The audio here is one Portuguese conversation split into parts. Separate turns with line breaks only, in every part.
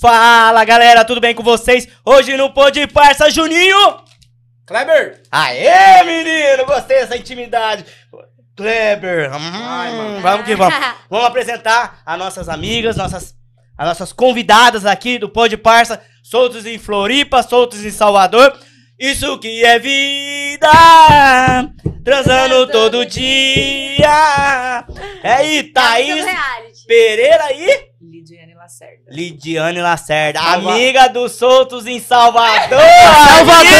Fala galera, tudo bem com vocês? Hoje no Pô de Parça, Juninho!
Kleber!
Aê menino, gostei dessa intimidade! Kleber! hum, vamos que vamos! Tá, Vamos apresentar as nossas amigas, nossas, as nossas convidadas aqui do Pô de Parça, soltos em Floripa, soltos em Salvador. Isso que é vida! Transando todo dia! É
É
Itaís
um reality.
Pereira e.
Lidiane Lacerda.
Lidiane Lacerda,
Salva-
amiga dos Soltos em Salvador!
Salvador!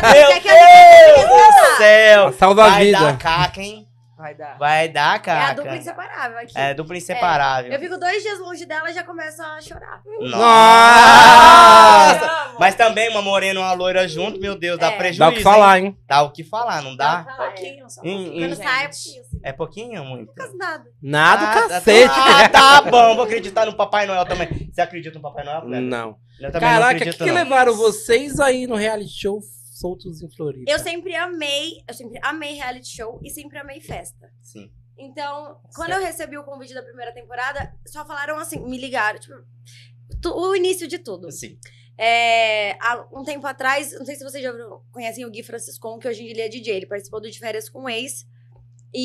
Tá Meu
Você quer
Deus do céu!
Salva a
Vai
vida.
dar caca, hein?
Vai dar.
Vai dar
É
caca.
a dupla inseparável aqui.
É dupla inseparável.
Eu um fico dois dias longe dela e já começo a chorar.
Nossa!
Eu amo.
Mas também uma morena e uma loira junto, meu Deus, dá
É.
prejuízo.
Dá o que
hein?
falar, hein?
Dá o que falar, não dá?
Dá
Um
o que
pouquinho, só um
Hum,
pouquinho,
hum.
Quando
gente.
sai, eu fico assim,
É pouquinho ou muito?
quase nada.
Nada,
Ah, tá-
cacete.
Ah, tá bom, vou acreditar no Papai Noel também. Você acredita no Papai Noel? Cleber?
Não.
Eu também não
Caraca, é o que,
acredito,
que
não.
levaram vocês aí no reality show soltos em Floripa?
Eu sempre amei, eu sempre amei reality show e sempre amei festa.
Sim.
Então, quando eu recebi o convite da primeira temporada, só falaram assim, me ligaram, tipo, tu- o início de tudo.
Sim.
É, há um tempo atrás, não sei se vocês já ouviram- conhecem o Gui Franciscon, que hoje em dia ele é DJ. Ele participou do De Férias com o Ex.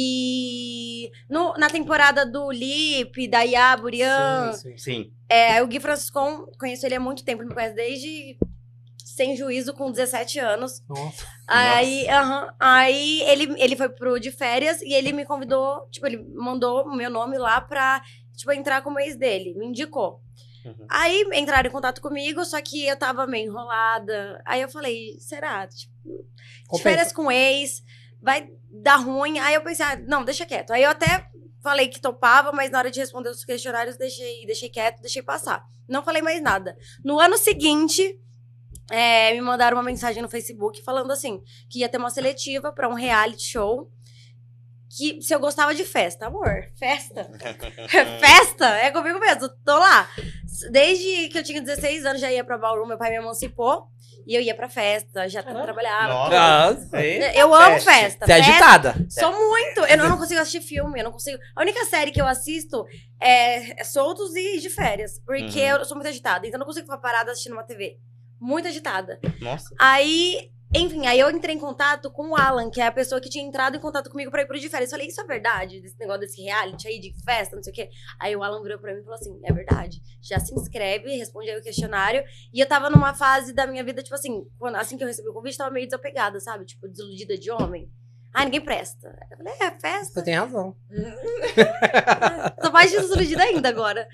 E no- na temporada do Lipe, da Iá, Burian,
Sim, sim.
Sim.
é, o Gui Franciscon, conheço ele há muito tempo, ele me conhece desde sem juízo, com 17 anos.
Nossa.
Aí, aham, aí ele, ele foi pro De Férias e ele me convidou, tipo, ele mandou o meu nome lá pra, tipo, entrar como ex dele, me indicou.
Uhum.
Aí entraram em contato comigo, só que eu tava meio enrolada. Aí eu falei, será? Tipo, de
Compensa.
férias com ex, vai dar ruim. Aí eu pensei, ah, não, deixa quieto. Aí eu até falei que topava, mas na hora de responder os questionários, deixei, deixei quieto, deixei passar. Não falei mais nada. No ano seguinte, é, me mandaram uma mensagem no Facebook falando assim, que ia ter uma seletiva pra um reality show. Que se eu gostava de festa, amor, festa. Festa? É comigo mesmo, tô lá. Desde que eu tinha 16 anos, já ia pra Bauru, meu pai me emancipou. E eu ia pra festa, já tra-
Caramba.
trabalhava.
Ah,
Nossa.
Eu amo
Festa.
festa.
Você é
festa.
agitada.
Sou muito. Eu não, eu não consigo assistir filme, eu não consigo. A única série que eu assisto é, é Soltos e de férias. Porque
Uhum.
eu sou muito agitada. Então eu não consigo ficar parada assistindo uma TV. Muito agitada.
Nossa.
Aí, enfim, aí eu entrei em contato com o Alan, que é a pessoa que tinha entrado em contato comigo pra ir pro de férias. Eu falei, isso é verdade? Desse negócio desse reality aí de festa, não sei o quê. Aí o Alan virou pra mim e falou assim: é verdade. Já se inscreve, responde aí o questionário. E eu tava numa fase da minha vida, tipo assim, quando- assim que eu recebi o convite, tava meio desapegada, sabe? Tipo, desiludida de homem. Ah, ninguém presta. Eu falei, é, festa.
Você tem razão.
Tô mais desiludida ainda agora.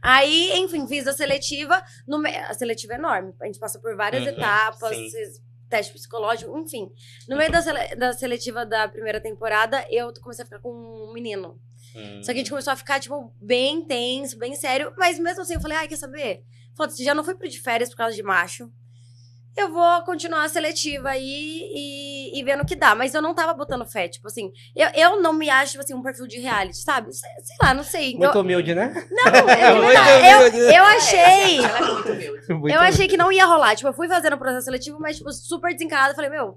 Aí, enfim, fiz a seletiva. no me- A seletiva é enorme. A gente passa por várias
Uhum,
etapas,
sim.
es- teste psicológico, enfim. No meio da, sele- da seletiva da primeira temporada, eu comecei a ficar com um menino. Só que a gente começou a ficar, tipo, bem intenso, bem sério. Mas mesmo assim, eu falei, ai, quer saber? Foda-se, já não fui pro de férias por causa de macho. Eu vou continuar a seletiva aí e, e vendo o que dá. Mas eu não tava botando fé, tipo assim. Eu, eu não me acho, tipo assim, um perfil de reality, sabe? Sei, sei lá, não sei.
Muito
eu,
humilde, né?
não, Então,
É,
eu,
Muito
eu,
humilde.
eu achei.
Ela é muito humilde.
Muito
Eu achei que não ia rolar. Tipo, eu fui fazendo o processo seletivo, mas, tipo, super desencanada. Falei, meu,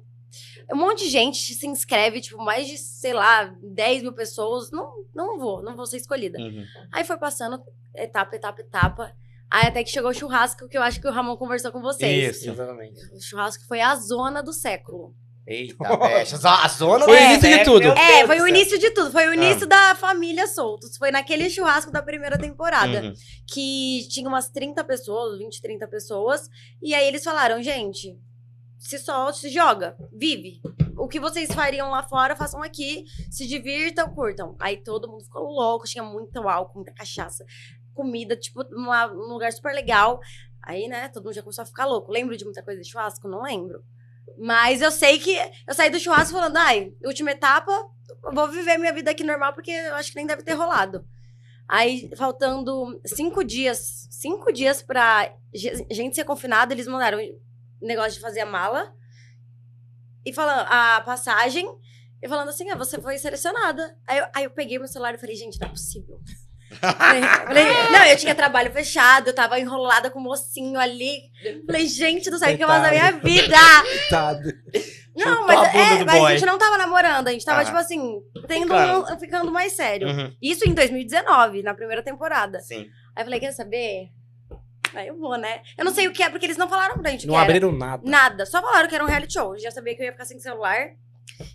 um monte de gente se inscreve, tipo, mais de, sei lá, 10 mil pessoas. Não, não vou, não vou ser escolhida.
Uhum.
Aí foi passando etapa, etapa, etapa. Aí até que chegou o churrasco, que eu acho que o Ramon conversou com vocês.
Isso.
Exatamente.
O churrasco foi a zona do século.
Eita, peste. A zona
Foi o
do
início de
século, meu
tudo.
É,
Deus do
foi o
céu. Ah.
início de tudo. Foi o início da família Soltos. Foi naquele churrasco da primeira temporada.
Uhum.
que tinha umas 30 pessoas, 20, 30 pessoas, e aí eles falaram, gente, se solte, se joga, vive. O que vocês fariam lá fora, façam aqui, se divirtam, curtam. Aí todo mundo ficou louco, tinha muito álcool, muita cachaça, comida, tipo, uma- um lugar super legal. Aí, né, todo mundo já começou a ficar louco. Lembro de muita coisa de churrasco? Não lembro. Mas eu sei que eu saí do churrasco falando, ai, última etapa, eu vou viver minha vida aqui normal, porque eu acho que nem deve ter rolado. Aí, faltando cinco dias, cinco dias pra ge- gente ser confinada, eles mandaram o negócio de fazer a mala e falando a passagem e falando assim, ah, você foi selecionada. Aí eu, aí eu peguei meu celular e falei, gente, não é possível. Falei- falei, não, eu tinha trabalho fechado, eu tava enrolada com o mocinho ali. Falei, gente do céu, o que eu faço da minha vida?
Coitado.
Não,
Chutou
mas,
a bunda
é,
do
mas
boy.
a gente não tava namorando, a gente tava,
Ah.
tipo assim, tendo
Ficando.
um- ficando mais sério.
Uhum.
Isso em 2019, na primeira temporada.
Sim.
Aí eu falei, quer saber? Aí eu vou, né? Eu não sei o que é, porque eles não falaram pra gente. o
Não
que era.
abriram nada.
Nada, só falaram que era um reality show. Eu já sabia que eu ia ficar sem celular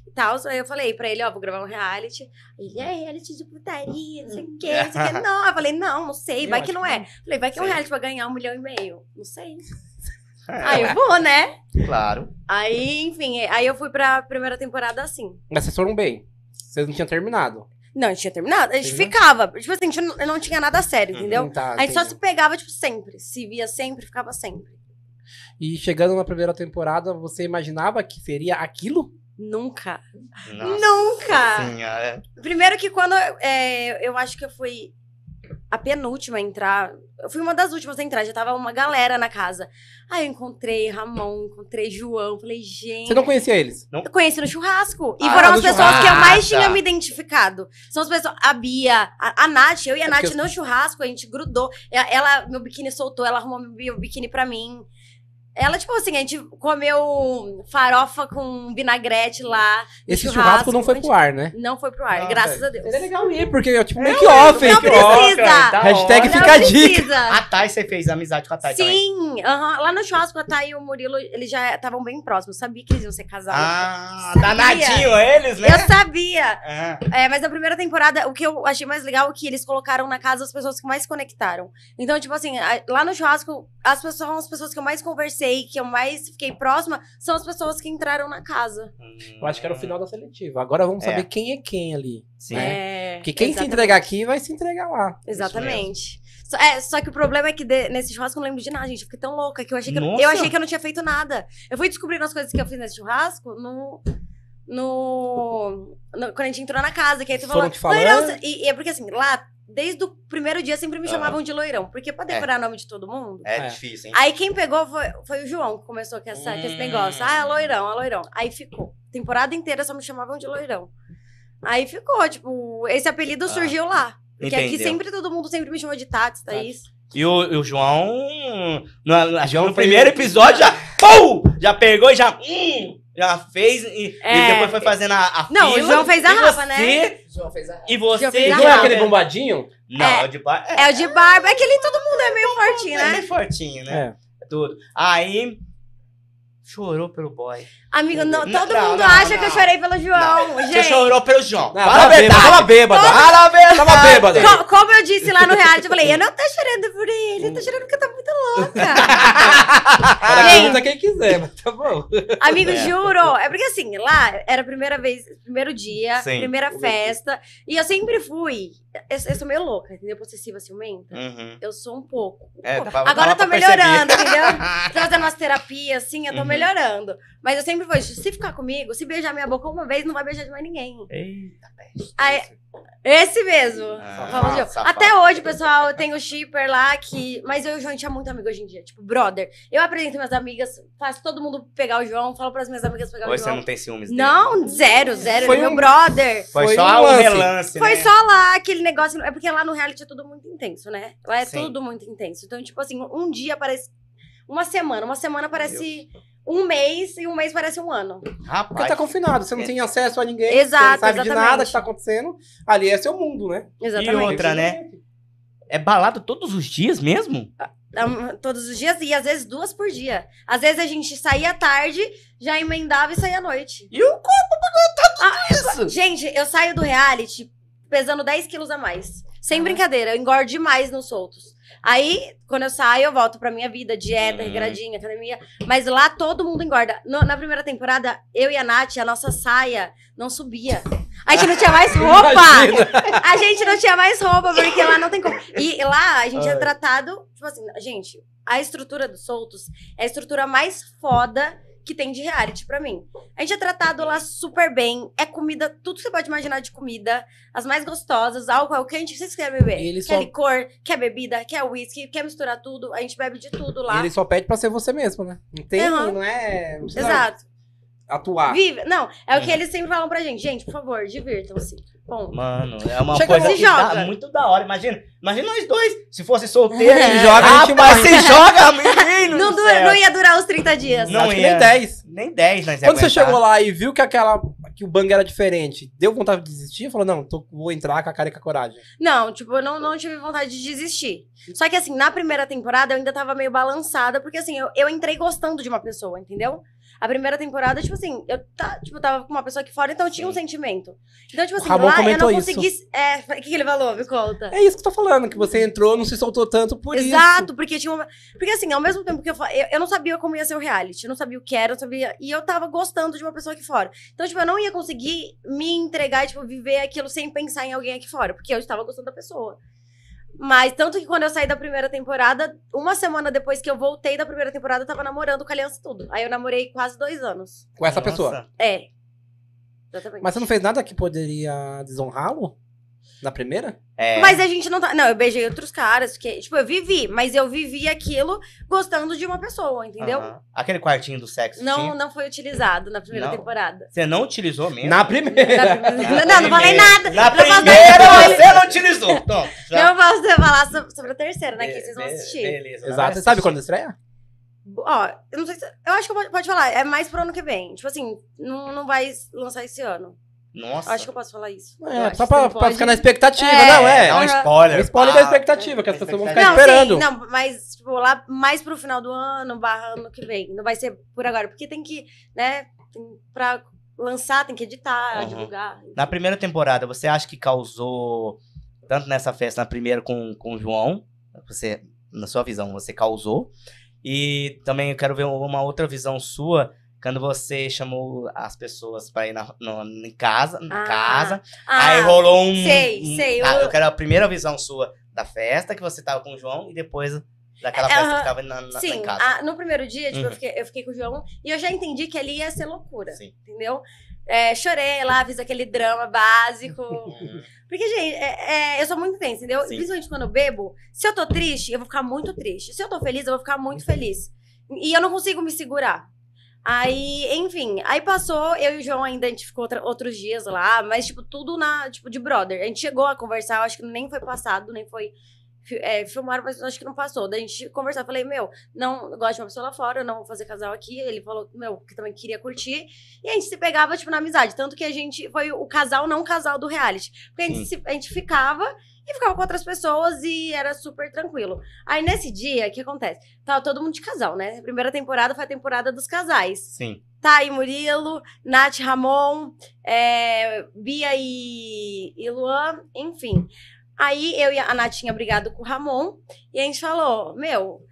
e tal. Aí eu falei pra ele, ó, vou gravar um reality. Ele é reality de putaria, não sei o quê, não sei o quê. Não, eu falei, não, não sei,
Eu
vai que
acho
não
que
é. Falei, vai que é um
Sei.
reality pra ganhar um milhão e meio. Não sei. Aí eu vou, né?
Claro.
Aí, enfim, é, aí eu fui pra primeira temporada assim.
Mas vocês foram bem. Vocês não tinham terminado.
Não, a gente tinha terminado. A gente
Terminou?
ficava. Tipo assim, a gente não, não tinha nada sério, entendeu?
Não tá,
A gente só
entendi.
se pegava, tipo, sempre. Se via sempre, ficava sempre.
E chegando na primeira temporada, você imaginava que seria aquilo?
Nunca.
Nossa
Nunca!
senhora.
Primeiro que quando é, eu acho que eu fui a penúltima a entrar. Eu fui uma das últimas a entrar, já tava uma galera na casa. Aí eu encontrei Ramon, encontrei João, falei, gente.
Você não conhecia eles?
Eu conheci no churrasco. E
Ah,
foram
no
as pessoas
churrasco.
que eu mais
Ah,
tinha
tá.
me identificado. São as pessoas. A Bia, a, a Nath, eu e a
É
Nath
porque
no churrasco, a gente grudou. E a- Ela, meu biquíni soltou, ela arrumou meu biquíni pra mim. Ela, tipo assim, a gente comeu farofa com vinagrete lá. no
Esse churrasco não foi
a
pro ar, né?
gente- Não foi pro ar,
Ah,
graças
velho.
a Deus.
Seria legal ir, porque tá é tipo make off,
não
make
precisa.
off.
Nossa, da
Hashtag
hora.
fica a dica.
A Thay, você fez amizade com a
tá,
Thay também.
Sim, aham. lá no churrasco, a Thay e o Murilo, eles já estavam bem próximos. Eu sabia que eles iam ser casados.
Ah,
Sabia.
danadinho eles, né?
Eu sabia!
Ah,
É, mas na primeira temporada, o que eu achei mais legal é que eles colocaram na casa as pessoas que mais se conectaram. Então, tipo assim, a- lá no churrasco, as pessoas são as pessoas que eu mais conversei, que eu mais fiquei próxima, são as pessoas que entraram na casa.
Eu acho que era o final da seletiva. Agora vamos
É.
saber quem é quem ali.
Sim.
É,
Porque quem se
exata-
entregar aqui vai se entregar lá.
Exatamente. Só, é, só que o problema é que de- nesse churrasco eu não lembro de nada, gente. Eu fiquei tão louca que eu achei que, eu, não- eu
Nossa.
achei que eu não tinha feito nada. Eu fui descobrindo as coisas que eu fiz nesse churrasco no. No, no- quando a gente entrou na casa, que aí tu falou.
Foram te falando?
"Loirão, você-" e, e é porque assim, lá, desde o primeiro dia sempre me
Ah.
chamavam de loirão. Porque pra decorar o nome de todo mundo.
É
É.
difícil, hein?
Aí quem pegou foi, foi o João que começou com, essa- com esse
Hum.
negócio. Ah, é loirão, é loirão. Aí ficou. Temporada inteira só me chamavam de loirão. Aí ficou, tipo, esse apelido
Ah.
surgiu lá. Porque aqui
Entendeu.
sempre todo mundo sempre me chamou de Tati, tá Thaís.
E o, e o João. No, no- acho que no
Foi-
primeiro episódio já. Pum! Já pegou e já. hum, já fez. E, e
É.
depois foi fazendo a, a
Não, o
fila,
João fez a
e
rapa,
você-
João fez a
E você.
João fez a
Não é
rapa.
aquele bombadinho?
Não, de ba... é,
É o de barba. É que ele todo mundo é meio fortinho,
é
né?
bem fortinho, né?
É.
Tudo. Aí. Chorou pelo boy.
Amigo, não,
Não,
todo
não,
mundo
não,
acha
não.
que eu chorei pelo João,
Você
gente.
chorou pelo João.
Não,
Fala a
tava bêbado,
verdade.
tava bêbado.
Fala a verdade.
Tava bêbado.
Co- Como, eu disse lá no reality, eu falei, eu não tô chorando por ele, eu tô chorando porque eu tô muito louca.
Pergunta quem quiser, mas tá bom.
Amigo,
É.
juro. É porque assim, lá era a primeira vez, primeiro dia,
Sim.
primeira festa. E eu sempre fui. Eu, eu sou meio louca, entendeu? Possessiva, ciumenta.
Uhum.
Eu sou um pouco.
É,
Um pouco.
dava-
Agora
dava
eu tô
pra perceber.
melhorando, entendeu? Tô fazendo umas terapias, assim, eu tô
Uhum.
melhorando. Mas eu sempre vou, se ficar comigo, se beijar minha boca uma vez, não vai beijar de mais ninguém.
Eita, peste.
Aí- Esse mesmo.
Ah,
Vamos de-
safado.
Até hoje, pessoal, eu tenho o shipper lá que. Mas eu e o João a gente é muito amigo hoje em dia. Tipo, brother. Eu apresento minhas amigas, faço todo mundo pegar o João, falo pras minhas amigas pegar
Hoje
o
você
João.
não tem ciúmes dele.
Não, zero, zero.
Foi
Ele é
um-
meu brother.
Foi,
Foi
só
um
um
lance.
relance.
Foi
né?
só lá aquele negócio. É porque lá no reality é tudo muito intenso, né? Lá é
Sim.
tudo muito intenso. Então, tipo assim, um dia parece. Uma semana. Uma semana parece um mês e um mês parece um ano.
Porque
Rapaz.
tá confinado, você não tem acesso a ninguém.
Exato,
você não sabe de
exatamente.
nada que tá acontecendo. Ali é seu mundo, né?
Exatamente.
outra, né? É balado todos os dias mesmo?
Am- Então, Todos os dias e às vezes duas por dia. Às vezes a gente saía à tarde, já emendava e saía à noite.
E o corpo pagou isso?
Gente, eu saio do reality pesando 10 quilos a mais. Sem brincadeira, eu engordo demais nos soltos. Aí, quando eu saio, eu volto pra minha vida, dieta,
Hum.
regradinha, academia. Mas lá todo mundo engorda. No- na primeira temporada, eu e a Nath, a nossa saia não subia. A gente não tinha mais roupa!
Imagina.
A gente não tinha mais roupa, porque lá não tem como. E lá a gente é tratado, tipo assim, gente, a estrutura dos soltos é a estrutura mais foda que tem de reality pra mim. A gente é tratado lá super bem, é comida, tudo que você pode imaginar de comida, as mais gostosas, álcool, é o que a gente vocês querem beber.
E eles
quer
só-
licor, quer bebida, quer whisky, quer misturar tudo, a gente bebe de tudo
E
lá.
ele só pede pra ser você mesmo, né? Não tem,
Aham.
não é. Não precisa
Exato.
atuar.
Vive. Não, é o que
Uhum.
eles sempre falam pra gente. Gente, por favor, divirtam-se. Bom,
Mano, é uma
Chega,
coisa
se
que dá
joga.
muito da hora. Imagina, imagina nós dois. Se fosse solteiro,
Se
joga, a gente
Rapaz,
morre.
se joga, menino.
É. não,
do
dura-
céu.
não ia durar os 30 dias.
Não
Acho que
ia.
nem 10.
Nem 10 nós ia
Quando você
aguentar.
chegou lá e viu que aquela. que o Bang era diferente, deu vontade de desistir? Falou, não, tô- vou entrar com a cara e com a coragem.
Não, tipo, eu não, não tive vontade de desistir. Só que, assim, na primeira temporada eu ainda tava meio balançada, porque, assim, eu, eu entrei gostando de uma pessoa, entendeu? A primeira temporada, tipo assim, eu tá, tipo, tava com uma pessoa aqui fora, então eu tinha um sentimento. Então, tipo assim,
Ramon
lá eu
comentou
não
isso.
consegui. É, o que, que ele falou? Me conta.
É isso que eu tô falando, que você entrou, não se soltou tanto por
Exato, porque tinha uma. Porque assim, ao mesmo tempo que eu fa- eu, eu não sabia como ia ser o reality, eu não sabia o que era, eu sabia. E eu tava gostando de uma pessoa aqui fora. Então, tipo, eu não ia conseguir me entregar e, tipo, viver aquilo sem pensar em alguém aqui fora, porque eu estava gostando da pessoa. Mas tanto que quando eu saí da primeira temporada, uma semana depois que eu voltei da primeira temporada, eu tava namorando com a Aliança e Tudo. Aí eu namorei quase dois anos.
isso com essa
Nossa.
pessoa.
É. Exatamente.
Mas você não fez nada que poderia desonrá-lo? Na primeira?
É.
Mas a gente não tá. Não, eu beijei outros caras, porque, tipo, eu vivi, mas eu vivi aquilo gostando de uma pessoa, entendeu?
Aham. Aquele quartinho do sexo.
Não,
tinha?
não foi utilizado na primeira
Não?
temporada.
Você não utilizou mesmo?
Na
Na
primeira!
primeira- Não, não falei
primeira.
nada.
Na
não posso-
primeira você não utilizou. Tom, já.
Não posso falar so- sobre a terceira, né? Que vocês vão
Be-
assistir.
Beleza.
Exato. Você sabe quando estreia?
Ó, eu não sei se. Eu acho que pode, pode falar. É mais pro ano que vem. Tipo assim, não, não vai lançar esse ano.
Nossa.
Acho que eu posso falar isso.
Eu
É,
acho
só
que você
pra,
não
pra
pode-
ficar na expectativa,
É.
não é?
Dá um
Aham.
spoiler.
Um spoiler
pá.
da expectativa, que as pessoas vão ficar
Não,
Não,
esperando.
sim, não, mas, tipo, lá mais pro final do ano, barra ano que vem. Não vai ser por agora, porque tem que, né, tem pra lançar, tem que editar,
Uhum.
divulgar.
Na primeira temporada, você acha que causou, tanto nessa festa, na primeira com, com o João, você, na sua visão, você causou. E também eu quero ver uma outra visão sua, quando você chamou as pessoas pra ir na, no- em casa, em
Ah,
casa.
Ah,
aí rolou um...
sei,
um-
sei,
tá,
eu-
eu... quero a primeira visão sua da festa, que você tava com o João, e depois daquela festa
É, Aham.
que tava na, na- lá
Sim,
em casa.
a- no primeiro dia, tipo,
Uhum.
eu, fiquei, eu fiquei com o João e eu já entendi que ali ia ser loucura,
Sim.
entendeu? É, chorei lá, fiz aquele drama básico.
Hum.
Porque, gente, é- é, eu sou muito intensa, entendeu?
Sim.
Principalmente quando eu bebo. Se eu tô triste, eu vou ficar muito triste. Se eu tô feliz, eu vou ficar muito feliz. E eu não consigo me segurar. Aí, enfim, aí passou, eu e o João ainda, a gente ficou outra- outros dias lá, mas, tipo, tudo na, tipo, de brother. A gente chegou a conversar, eu acho que nem foi passado, nem foi fi- é, filmaram, mas eu acho que não passou. Daí a gente conversou, eu falei, meu, não eu gosto de uma pessoa lá fora, eu não vou fazer casal aqui. Ele falou, meu, que também queria curtir. E a gente se pegava, tipo, na amizade. Tanto que a gente foi o casal não casal do reality. Porque a gente, se- a gente ficava e ficava com outras pessoas e era super tranquilo. Aí nesse dia, o que acontece? Tava todo mundo de casal, né? A primeira temporada foi a temporada dos casais.
Sim.
Thay, Murilo, Nath, Ramon, é, Bia e, e Luan, enfim. Aí eu e a Nath tinha brigado com o Ramon e a gente falou: Meu,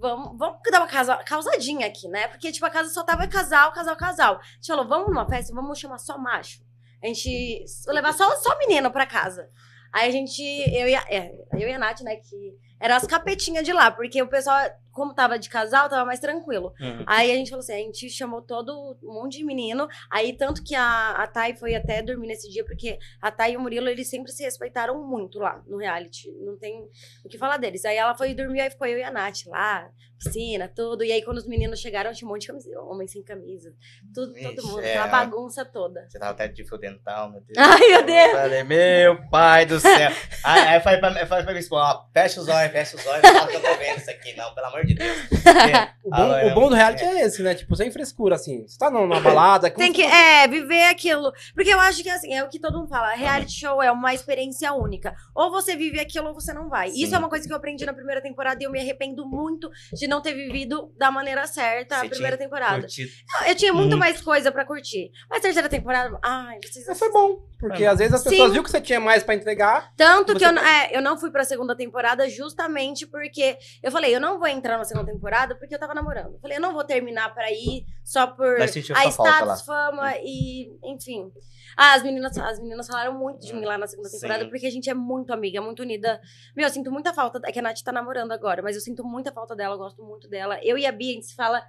vamos, vamos dar uma casa, causadinha aqui, né? Porque, tipo, a casa só tava casal, casal, casal. A gente falou: Vamos numa festa, vamos chamar só macho. A gente levar só, só menino pra casa. Aí a gente, eu e a, é, eu e a Nath, né, que eram as capetinhas de lá, porque o pessoal, como tava de casal, tava mais tranquilo.
Uhum.
Aí a gente falou assim, a gente chamou todo um monte de menino. Aí tanto que a, a Thay foi até dormir nesse dia, porque a Thay e o Murilo, eles sempre se respeitaram muito lá no reality. Não tem o que falar deles. Aí ela foi dormir, aí ficou eu e a Nath lá, piscina, tudo. E aí quando os meninos chegaram, tinha um monte de camisa, homem sem camisa. Tudo, todo
Vixe,
mundo,
é.
aquela bagunça toda.
Você tava até de fio dental, meu Deus.
Ai, meu Deus!
Eu falei, meu pai do céu. aí, aí eu falei pra, eu falei pra minha esposa, ó, fecha os olhos, fecha os olhos, fala que eu tô vendo isso aqui, não, pelo amor de Deus. Porque
O bom,
Ah, não,
o
é.
bom do reality é. esse, né? Tipo, sem frescura, assim. Você tá numa balada...
Tem que é, viver aquilo. Porque eu acho que assim, é o que todo mundo fala. Reality show é uma experiência única. Ou você vive aquilo ou você não vai.
Sim.
Isso é uma coisa que eu aprendi na primeira temporada e eu me arrependo muito de não ter vivido da maneira certa
Você
a primeira temporada.
curtido.
Eu tinha muito
Muito.
mais coisa pra curtir. Mas a terceira temporada, ai, vocês
Mas foi bom, porque às vezes as
Sim.
pessoas viu que você tinha mais pra entregar.
Tanto que
Você
eu, não- é, eu não fui pra segunda temporada justamente porque eu falei, eu não vou entrar na segunda temporada porque eu tava namorando. Eu falei, eu não vou terminar pra ir só por
Mas sentiu
a
sua falta lá.
status, fama
Hum.
e, enfim. Ah, as meninas, as meninas falaram muito de mim
Ah,
lá na segunda
Sim.
temporada porque a gente é muito amiga, muito unida. Meu, eu sinto muita falta. É que a Nath tá namorando agora, mas eu sinto muita falta dela, eu gosto muito dela. Eu e a Bia, a gente se fala.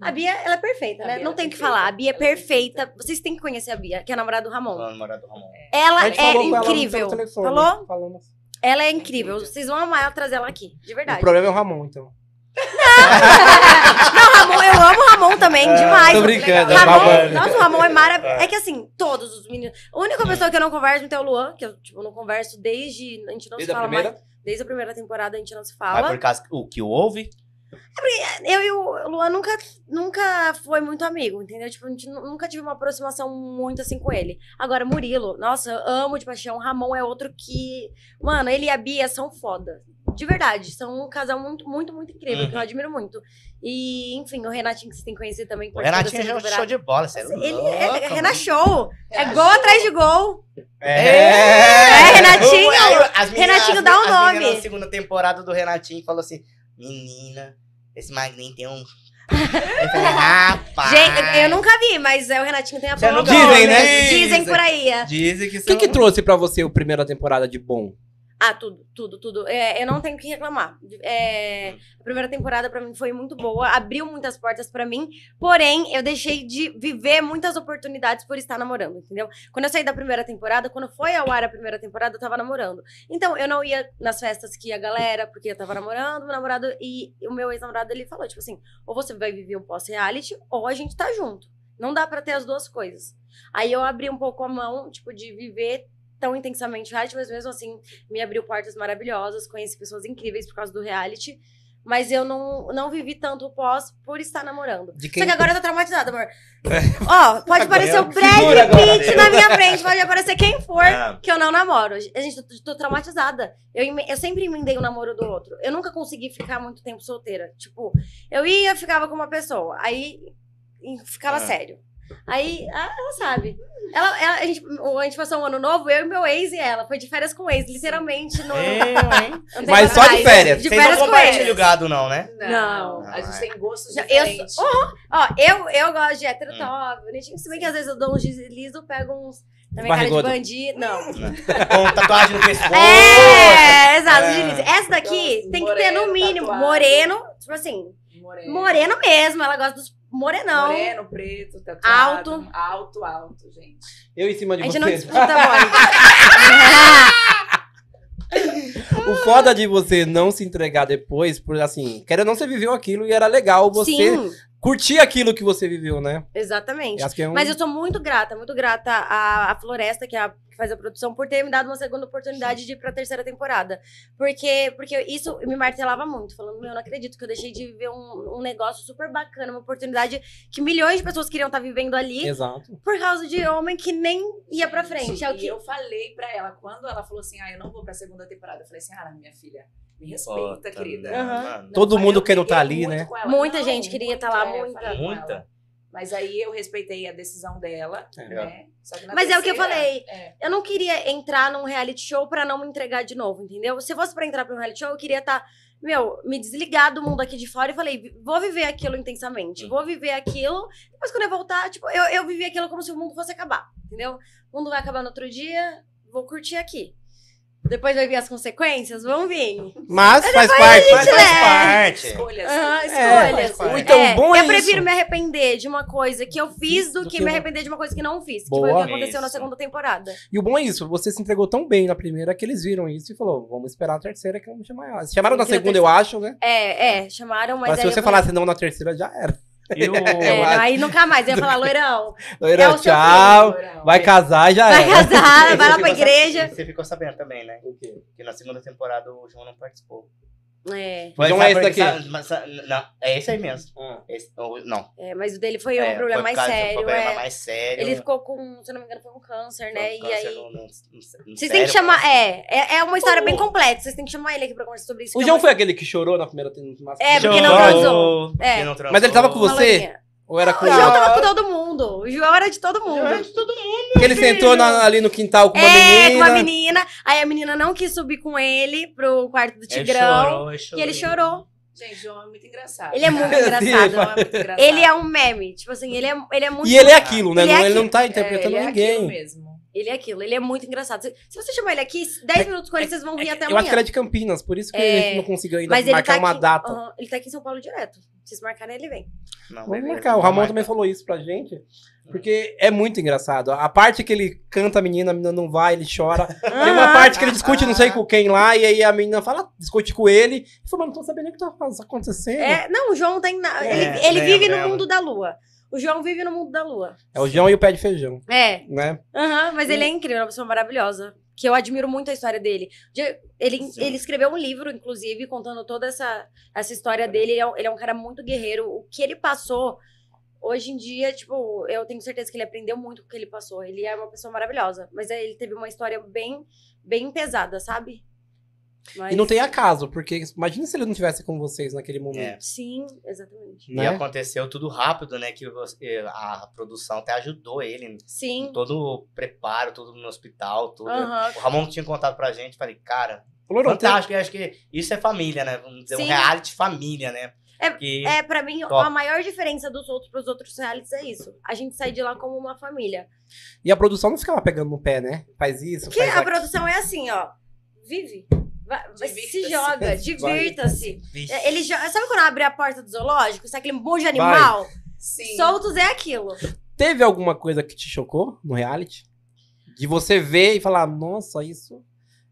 A Bia, ela é perfeita,
Uhum. A
né?
Bia
Não
é
tem o que
perfeita.
falar. A Bia é
Ela é
perfeita. Vocês têm que conhecer a Bia, que é a namorada do Ramon.
Falando namorado do Ramon.
Ela
Ah. A
é
gente falou com ela no
incrível.
telefone.
Falou?
Falamos.
Ela é incrível. Vocês vão amar ela trazer ela aqui, de
O
verdade.
problema é o Ramon, então.
Não, Ramon, eu amo o Ramon também, demais.
É, tô brincando,
Ramon,
babando.
nossa, o Ramon é maravilhoso. É que assim, todos os meninos. A única pessoa que eu não converso muito é o Luan, que eu tipo, não converso desde. A gente não
Desde
se
a
fala
primeira?
mais. Desde a primeira temporada a gente não se
Mas
fala.
por causa o que houve,
Eu e o Luan nunca, nunca foi muito amigo, entendeu? Tipo, a gente nu- nunca tive uma aproximação muito assim com ele. Agora, Murilo, nossa, eu amo de paixão. Ramon é outro que. Mano, ele e a Bia são foda. De verdade, são um casal muito, muito, muito incrível,
Uhum.
que eu admiro muito. E, enfim, o Renatinho que vocês têm que conhecer também. que
O
participou
Renatinho
do
já é um
Centro
show de bola, você é
Dourado. Ele
louco,
é, é
mano.
Renan Show. É gol atrás de gol.
É,
É, Renatinho.
As
Renatinho
as
dá o
as
nome.
meninas Na segunda temporada do Renatinho falou assim: Menina, esse magrinho tem um. Eu falei, rapaz.
Gente, eu nunca vi, mas é, o Renatinho tem a
Você
Paula
nunca
Dizem,
Gomes.
né?
Dizem
Dizem.
por aí. é.
Dizem que
O que, que trouxe pra você o primeira temporada de bom?
Ah, tudo, tudo, tudo. É, eu não tenho o que reclamar. É, a primeira temporada pra mim foi muito boa, abriu muitas portas pra mim, porém eu deixei de viver muitas oportunidades por estar namorando, entendeu? Quando eu saí da primeira temporada, quando foi ao ar a primeira temporada, eu tava namorando. Então eu não ia nas festas que ia a galera, porque eu tava namorando, meu namorado e o meu ex-namorado ele falou tipo assim, ou você vai viver um pós-reality ou a gente tá junto. Não dá pra ter as duas coisas. Aí eu abri um pouco a mão, tipo, de viver tão intensamente o reality, mas mesmo assim me abriu portas maravilhosas, conheci pessoas incríveis por causa do reality. Mas eu não, não vivi tanto o pós por estar namorando.
De é
Só que agora eu tô traumatizada, amor. Ó, pode aparecer o
Segura
Brad
agora,
Pitt
Deus.
na minha frente, pode aparecer quem for
Ah.
que eu não namoro. Gente, eu tô, tô traumatizada. Eu, eme- eu sempre emendei um namoro do outro. Eu nunca consegui ficar muito tempo solteira. Tipo, eu ia, ficava com uma pessoa, aí e ficava
Ah.
sério. Aí, ah, ela sabe. Ela, ela- a, gente, o- a gente passou um ano novo, eu e meu ex e ela. Foi de férias com o ex, literalmente. No, não tem
Mas só
pra
de
trás.
férias.
De
Vocês não
férias com
compartilham
ex.
o gado, não, né?
Não.
A gente tem gostos
Não, eu
diferentes.
Ó, eu, eu gosto de hétero
Hum.
Ah.
top, bonitinho. Se bem que às vezes eu dou uns deslizos, pego uns. Na minha
Barrigudo.
cara de bandido. Não.
Com tatuagem no pescoço.
É, exato,
É.
deslize. Essa daqui
Nossa,
tem que ter no
moreno,
mínimo.
tatuado.
Moreno, tipo assim,
Moreno.
moreno mesmo. Ela gosta dos morenão.
Moreno, preto, tatuado.
Alto.
Alto, alto, gente.
Eu em cima de
A gente
você.
não disputa, Mônica.
O foda de você não se entregar depois, por assim, querendo ou não, você viveu aquilo e era legal você
Sim,
curtir aquilo que você viveu, né?
exatamente.
Eu Acho que é um...
Mas eu sou muito grata, muito grata à, à Floresta, que, é a, que faz a produção, por ter me dado uma segunda oportunidade de ir pra terceira temporada. Porque, porque isso me martelava muito, falando, meu, não acredito que eu deixei de viver um, um negócio super bacana, uma oportunidade que milhões de pessoas queriam estar vivendo ali,
Exato.
por causa de homem que nem ia pra frente. É o
E
que...
eu falei pra ela, quando ela falou assim, ah, eu não vou pra segunda temporada, eu falei assim, ah, minha filha, me respeita, querida.
merda.
Não,
Todo
mas
mundo
eu
quer não tá
briguei
ali,
muito
né?
com ela.
Muita gente queria tá lá,
é, eu
muita.
falei com ela.
Muita.
Mas aí eu respeitei a decisão dela,
É.
né? Só que na
Mas é o que eu
terceira,
falei.
é.
Eu não queria entrar num reality show pra não me entregar de novo, entendeu? Se fosse pra entrar pra um reality show, eu queria estar, meu, me desligar do mundo aqui de fora e falei, "Vi- vou viver aquilo intensamente,
Hum.
vou viver aquilo. Depois, quando eu voltar, tipo, eu, eu vivi aquilo como se o mundo fosse acabar, entendeu? O mundo vai acabar no outro dia, vou curtir aqui. Depois vai vir as consequências, vão vir.
Mas faz
Mas
parte. faz
faz
leva.
parte.
Escolhas.
Aham,
É,
escolhas.
faz parte.
Então, bom é
eu prefiro
isso.
me arrepender de uma coisa que eu fiz do,
Do
que,
que
me
não-
arrepender de uma coisa que não fiz. Que foi o
Boa.
que aconteceu na
Isso.
segunda temporada.
E o bom é isso, você se entregou tão bem na primeira que eles viram isso e falou, vamos esperar a terceira que vamos chamar ela. Se Chamaram na
Porque na
segunda, eu acho, né?
É, é, chamaram, mas,
Mas
aí
se
eu
você
falei-
falasse não na terceira, já era.
Eu,
É,
Eu
não,
acho.
aí nunca mais. Eu ia falar, loirão,
Loira,
É o seu
tchau.
Moral.
Vai casar, já
vai
era.
casar, Ah, vai lá pra
Você ficou
igreja.
sabendo- Você ficou sabendo também, né? Que na segunda temporada o João não participou.
É,
Então
Mas
é
sabe-
esse daqui.
sabe- mas sabe- Não, é esse aí mesmo.
Ah.
Esse- ou- não.
é, mas o dele foi um
É,
problema
foi por
mais
causa de um
sério.
problema
é.
mais sério. um
Ele ficou com, se eu não me engano, foi um
Foi
câncer,
um
né? e
câncer
aí.
no- no- no-
Vocês têm
sério, um
que chamar.
mas-
É, é, é uma história bem
O-
complexa. Vocês têm que chamar ele aqui pra conversar sobre isso.
O
que
João
é
foi aquele que chorou na primeira temporada.
É, porque não
Chorou,
transou. É.
porque não transou.
Mas ele tava com
uma
você?
loirinha.
Ou era com
O João tava com todo mundo. O João era de todo mundo.
João é de todo mundo.
Que ele sentou na- ali no quintal com uma
é, com
menina.
uma menina. Aí a menina não quis subir com ele pro quarto do
Ele
Tigrão.
chorou,
e ele chorou.
Gente, João é muito engraçado.
Ele é muito
Deus.
engraçado.
João é muito engraçado.
Ele é um meme. Tipo assim, ele é, ele é muito.
E ele é aquilo, né?
Ele
Ele,
é
não, ele
aquilo.
não tá
É,
interpretando
ele é aquilo
ninguém.
mesmo.
Ele é aquilo, ele é muito engraçado. Se, se você chamar ele aqui, 10 minutos com ele, vocês vão rir até
Eu acho que
amanhã.
ele é de Campinas, por isso que
É.
a gente não conseguiu ainda
Mas ele
marcar
tá,
uma
aqui,
data.
Aham, ele tá aqui em São Paulo direto. Se vocês marcarem, ele vem.
Não,
Vamos
beleza,
marcar. O
vamos
Ramon tá
marcar.
também falou isso pra gente. Porque é muito engraçado. A parte que ele canta a menina, a menina não vai, ele chora. Tem
Ah.
uma parte que ele discute não sei com quem lá, e aí a menina fala, discute com ele. Ele falou, mano, não tô sabendo nem o que tá acontecendo.
É, não, o João tem. na-
É,
ele ele
lembro,
vive no
lembro.
mundo da lua. O João vive no mundo da lua.
É o João e o pé de feijão,
É.
né?
Aham, mas ele é incrível, é uma pessoa maravilhosa. Que eu admiro muito a história dele. De- Ele,
Sim.
ele escreveu um livro, inclusive, contando toda essa, essa história dele. Ele é, um- ele é um cara muito guerreiro. O que ele passou, hoje em dia, tipo, eu tenho certeza que ele aprendeu muito com o que ele passou. Ele é uma pessoa maravilhosa. Mas aí ele teve uma história bem, bem pesada, sabe? Mas-
E não tem acaso, porque imagina se ele não tivesse com vocês naquele momento.
Sim, exatamente.
é, E
Né?
aconteceu tudo rápido, né? Que você- a produção até ajudou ele. em
Sim.
Todo o preparo, tudo no hospital, tudo.
Aham.
O Ramon tinha contado pra gente, falei, cara,
Falou, não, tem-
fantástico. Eu acho que isso é família, né? Vamos dizer, um
Sim.
reality família, né? que...
É, pra mim,
Top.
a maior diferença dos outros pros outros realities é isso. A gente sai de lá como uma família.
E a produção não ficava pegando no pé, né? Faz isso,
Porque
faz
a
aquilo.
produção é assim, ó. Vive. Vai- vai- se
Divirta-se.
joga, divirta-se.
Vixe.
É, Ele já, sabe quando abre a porta do zoológico? Sai aquele monte de animal?
Sim.
Soltos é aquilo.
Teve alguma coisa que te chocou no reality? De você ver e falar, nossa, isso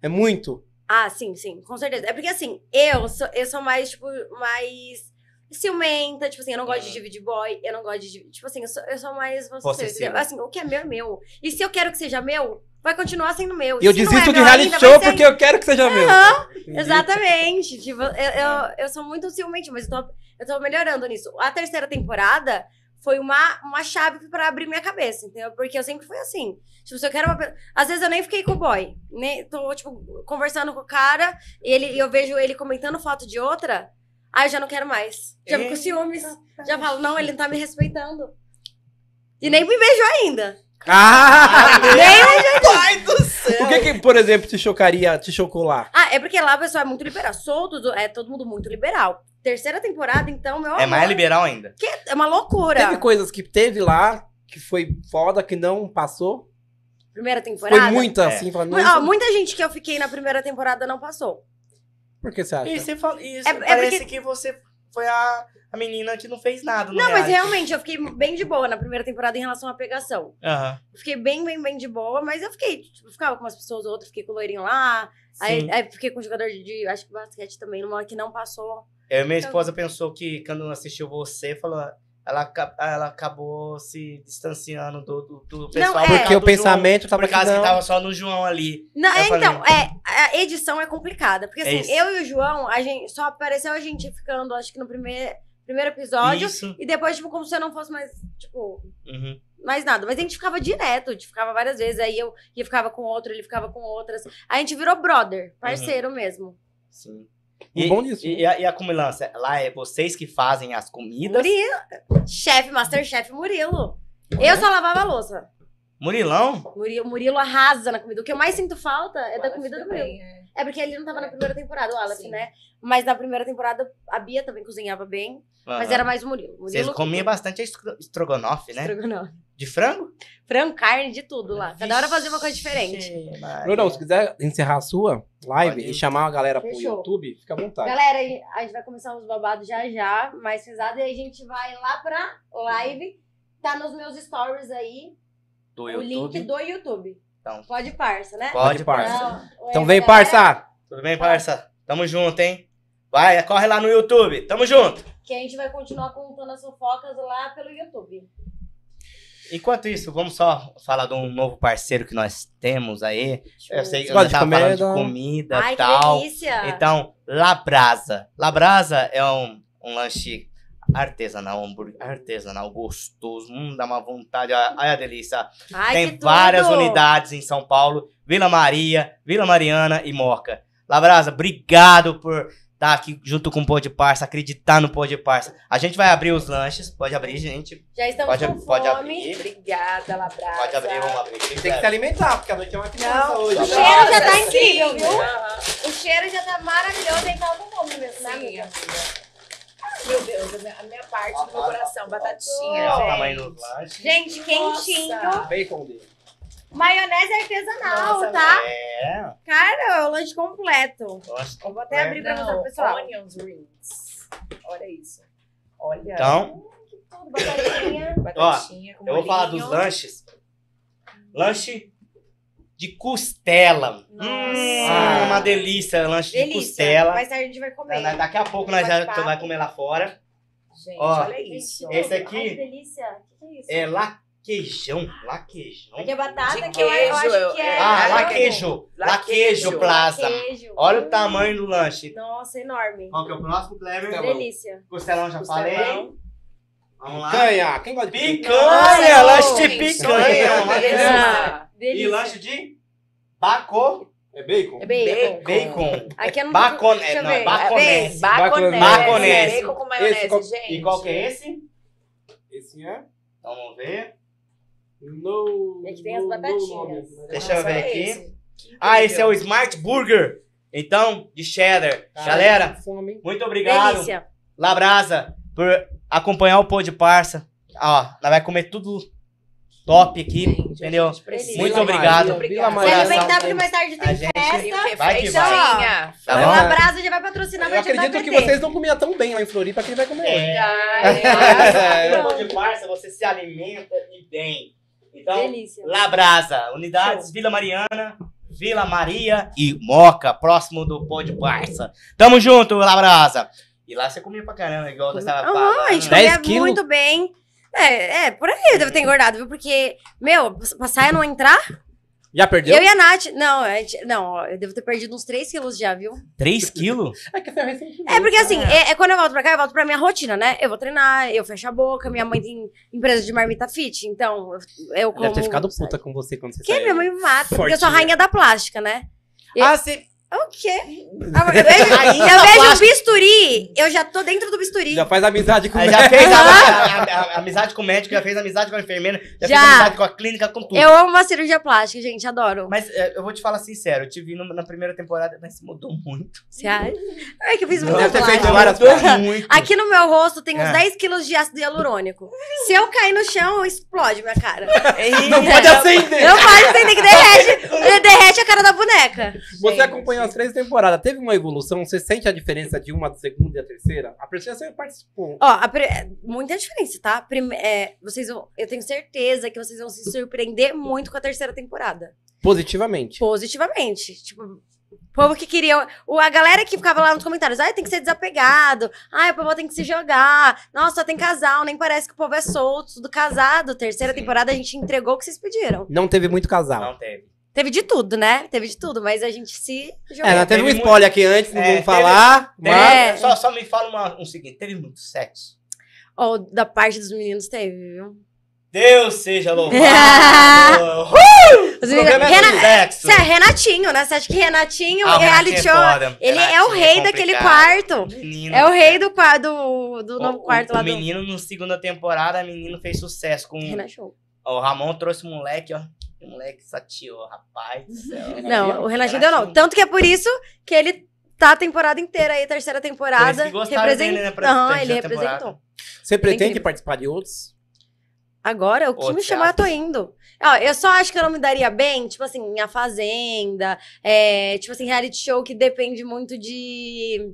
é muito.
Ah, sim, sim, com certeza. É porque assim, eu sou, eu sou mais, tipo, mais ciumenta, tipo assim, eu não gosto de
Uhum.
dividir boy, eu não gosto de. divi- Tipo assim, eu sou, eu sou mais você,
Possessiva.
entendeu? Assim, o que é meu é meu. E se eu quero que seja meu, vai continuar sendo meu.
E eu
Se não é
desisto de
meu
reality
ainda, vai
show
ser-
porque eu quero que seja meu. Entendi.
Exatamente. Tipo, eu, eu, eu sou muito ciumente, mas eu tô, eu tô melhorando nisso. A terceira temporada foi uma, uma chave pra abrir minha cabeça, entendeu? Porque eu sempre fui assim. Tipo, se eu quero uma pe- Às vezes eu nem fiquei com o boy. Nem, tô, tipo, conversando com o cara, e ele, e eu vejo ele comentando foto de outra. Aí eu já não quero mais. Já fico com ciúmes. Já falo, não, ele não tá me respeitando. E nem me beijou ainda.
Ah!
Nem
Pai do
O
céu!
que que, por exemplo, te chocaria, te chocou lá?
Ah, é porque lá o pessoal é muito liberal. Solto, do- é todo mundo muito liberal. Terceira temporada, então, meu amor.
É mais liberal ainda.
É uma loucura.
Teve coisas que teve lá, que foi foda, que não passou.
Primeira temporada.
Foi muita,
É.
assim, falando,
Mu-
nossa,
ó, muita gente que eu fiquei na primeira temporada não passou.
por que você acha?
E você fala, e
É- é
parece
porque-
que você foi a, a menina que não fez nada. no
Não, mas
reality.
realmente eu fiquei bem de boa na primeira temporada em relação à pegação.
Aham.
Eu Fiquei bem, bem, bem de boa, mas eu fiquei, tipo, ficava com umas pessoas outras, fiquei com o loirinho lá. Aí, né?
Sim.
aí fiquei com o jogador de, de, acho que basquete também, numa hora que não passou.
Eu e É,
Então
minha esposa pensou que quando assistiu você, falou. Ela, aca- ela acabou se distanciando do, do, do pessoal.
é.
por causa
Porque o
do João,
pensamento tava
Por
aqui,
causa que
não.
tava só no João ali.
Não,
Eu
é,
falei.
então, é, a edição é complicada. Porque
É isso.
assim, eu e o João, a gente, só apareceu a gente ficando, acho que no primeiro, primeiro episódio.
Isso.
E depois, tipo, como se eu não fosse mais, tipo,
Uhum.
mais nada. Mas a gente ficava direto, a gente ficava várias vezes. Aí eu ia ficava com outro, ele ficava com outras. A gente virou brother, parceiro mesmo.
Sim.
O Um bom disso. né?
E, a, e a comilança? Lá é vocês que fazem as comidas.
Murilo. Chefe, Masterchef Murilo. Eu só lavava a louça.
Murilão?
Murilo, Murilo arrasa na comida. O que eu mais sinto falta é da
Ela
comida do
fica
Murilo.
bem, é.
É porque ele não tava na primeira temporada, o Aleph,
Sim.
né? Mas na primeira temporada a Bia também cozinhava bem. Mas
Aham.
era mais o Murilo. Murilo
Ah, Vocês comiam bastante estro- estrogonofe, né?
estrogonofe.
De frango?
Frango, carne, de tudo lá. Cada hora fazia uma coisa diferente.
Vixe, Maria.
Bruno, se quiser encerrar a sua live
Pode ir.
e chamar a galera pro
Fechou.
YouTube, fica à
Tá.
vontade.
Galera, a gente vai começar uns babados já já, mais pesado, e a gente vai lá pra live. Tá nos meus stories aí,
Do
o link
YouTube.
do YouTube.
Então.
Pode parça, né?
Pode, parça.
Não,
Então
é,
vem,
galera.
parça!
Tudo bem, parça? Tamo junto, hein? Vai, corre lá no YouTube. Tamo junto.
Que a gente vai continuar contando as fofocas lá pelo YouTube.
Enquanto isso, vamos só falar de um novo parceiro que nós temos aí. Eu sei que
É, Gosta
nós
de
tava falando de
comida.
comida
Ai,
e tal.
que delícia!
Então, Labrasa. Labrasa é um, um lanche artesanal, um hambúrguer artesanal, gostoso, hum, dá uma vontade, ai ai, a delícia.
Ai, que
Tem
tudo!
várias unidades em São Paulo, Vila Maria, Vila Mariana e Moca. Labrasa, obrigado por estar aqui junto com o Pô de Parça, acreditar no Pô de Parça. A gente vai abrir os lanches, pode abrir, gente.
Já estamos
Pode,
com
pode
fome.
abrir.
Obrigada, Labrasa.
Pode abrir, vamos abrir.
Tem que se alimentar, porque a noite é uma criança hoje.
O
Não.
né?
cheiro já tá
Sim.
incrível, viu?
Aham.
O cheiro já tá maravilhoso, hein? Tava com fome mesmo, né,
Sim,
amiga?
amiga. Meu Deus, a minha, a minha parte do
Ah,
meu coração, batatinha.
Olha o
gente.
tamanho dos lanches.
Gente, quentinho.
Nossa.
Bacon dele.
Maionese artesanal,
Nossa,
tá?
É,
Cara, é o lanche completo.
lanche
Eu vou até abrir pra mostrar pro pessoal.
Onions rings. Olha isso. Olha.
Então,
Tudo, batatinha.
batatinha com
eu vou falar dos
molhinho.
lanches. Lanche de costela.
Nossa.
Hum, uma delícia, lanche de
Delícia.
costela. é
Mais tarde a gente vai comer.
Na- Daqui a pouco nós já
Bate-papo.
vai comer lá fora.
Gente,
Ó,
olha
Gente,
isso.
esse
tudo.
aqui-
Ai, É que delícia. isso?
É laquejão. Laquejão.
Porque é batata
De
que eu, eu acho
queijo, eu-
que
Ah,
é.
é
laquejo. Laquejo
Laquejo.
Plaza.
Queijo. Hum.
Olha o tamanho do lanche.
Nossa, enorme.
Qual que é o próximo, Kleber?
Tá
Então,
bom.
Delícia.
Costelão já
Costelão.
falei. Vamos lá.
Picanha. Quem gosta de
Picanha,
Nossa,
lanche de
gente,
picanha. uma delícia.
Ah,
E
Delícia.
lanche de bacon.
É bacon?
É bacon.
Bacon.
Aqui eu não
Bacon- né?
Deixa eu
não,
ver.
baconese.
bem, Baconese.
Baconese.
Bacon com maionese,
Esse qual-
gente.
E qual que é esse?
Esse é?
Então, vamos ver.
No.
É que tem as
no- no
batatinhas.
nome, mas é
Deixa eu
Nossa,
ver
olha
aqui.
esse. Que
Ah, esse é o
incrível.
Smart Burger. Então, de cheddar.
bacana.
Galera,
Caralho, Fome, hein?
muito obrigado.
Delícia.
Labrasa, por acompanhar o Pô de Parça. Ó, nós vai comer tudo top aqui.
Gente,
entendeu?
a gente precisa.
Muito
Vila
obrigado.
Maria,
Obrigado.
Vila
Se
Se
Olha,
Maria.
alimentar,
alimentar, porque mais tarde
A
tem
gente-
E o
festa.
que?
um Vai que
Feijoinha.
Tá
Então,
bom?
a Brasa já vai patrocinar,
Eu
mas já vai
acredito que
perder.
vocês não comiam tão bem lá em Floripa que ele vai comer. hoje.
É.
Ai,
É,
Não.
No Pô de Parça, você se alimenta e bem. Então,
Delícia.
Labrasa, unidades Vila Mariana, Vila Maria e Moca, próximo do Pô de Parça. Tamo junto, Labrasa. E lá você comia pra né? caramba, igual nós tava
Aham, Ah, a gente
falando.
come- 10
comia
quilos.
muito bem. É, é, por aí eu devo ter engordado, viu? Porque, meu, pra saia não entrar,
Já perdeu?
eu e a Nath. Não, a gente- não, ó, eu devo ter perdido uns 3 quilos já, viu?
3 quilos?
É que você é recentemente.
É porque assim, é, é quando eu volto pra cá, eu volto pra minha rotina, né? Eu vou treinar, eu fecho a boca, minha mãe tem empresa de marmita fit, então eu, eu como.
Deve ter ficado puta com você quando você
Que
saiu.
minha mãe me mata, porque eu sou
Fortinha.
a rainha da plástica, né? Eu-
Ah, você...
O quê? Ah, Eu vejo,
Rainha
eu
da
vejo o
plástica.
bisturi, eu já tô dentro do bisturi.
Já faz amizade com
Aí
ela.
Ah, já fez a, a- a- a- amizade com o médico, já fez amizade com a enfermeira, já, fez
Já.
amizade com a clínica, com tudo.
Eu amo uma cirurgia plástica, gente, adoro.
Mas é, eu vou te falar sincero, eu te vi no- na primeira temporada, mas se mudou muito.
Você acha? Ai, que eu fiz
Não,
muita
deve ter feito
plástica.
mudou
várias
muito.
Aqui no meu rosto tem uns
É.
10 quilos de ácido hialurônico. Se eu cair no chão, explode minha cara.
Não pode acender.
Não pode, tem que derrete. Derrete a cara da boneca.
Você
Gente.
acompanhou as três temporadas. Teve uma evolução? Você sente a diferença de uma, da segunda e a terceira? A terceira você participou.
Ó, a pri- é, muita diferença, tá? Prime- é, vocês vão- eu tenho certeza que vocês vão se surpreender muito com a terceira temporada.
Positivamente.
Positivamente. Tipo, o povo que queria. o- A galera que ficava lá nos comentários, ai, tem que ser desapegado. Ai, o povo tem que se jogar. Nossa, só tem casal, nem parece que o povo é solto, tudo casado. Terceira temporada a gente entregou o que vocês pediram.
Não teve muito casal.
Não teve.
Teve de tudo, né? Teve de tudo, mas a gente se jogou.
É, nós teve um
Teve
spoiler aqui antes, não
É,
vamos
teve-
falar.
Teve-
Mas...
É.
Só, só me fala uma- um seguinte, teve muito sexo.
Ó, da parte dos meninos teve, viu?
Deus seja louvado.
Os
O
meninos...
problema é
Renan...
do sexo.
Cê é Renatinho, né? Você acha que Renatinho,
Ah, o
reality
Renatinho é
show,
foda.
ele é o
Renatinho
rei daquele
complicado.
quarto.
Menino.
É o rei do, qua- do, do novo
O-
quarto
o,
lá
o
do
menino, na segunda temporada, o menino fez sucesso com...
Renan Show.
Ó, O Ramon trouxe um moleque, ó. Um moleque satiou, rapaz do céu.
Não, o Renatinho deu não. Tanto que é por isso que ele tá a temporada inteira aí, terceira temporada.
Por isso que gostaram dele, né, pra
Aham,
terceira
ele
temporada.
representou.
Você pretende
Incrível.
participar de outros?
Agora, o que
Ô,
me chamar, eu
teatro.
tô indo. Ó, eu só acho que eu não me daria bem, tipo assim, em A Fazenda, é, tipo assim, reality show que depende muito de.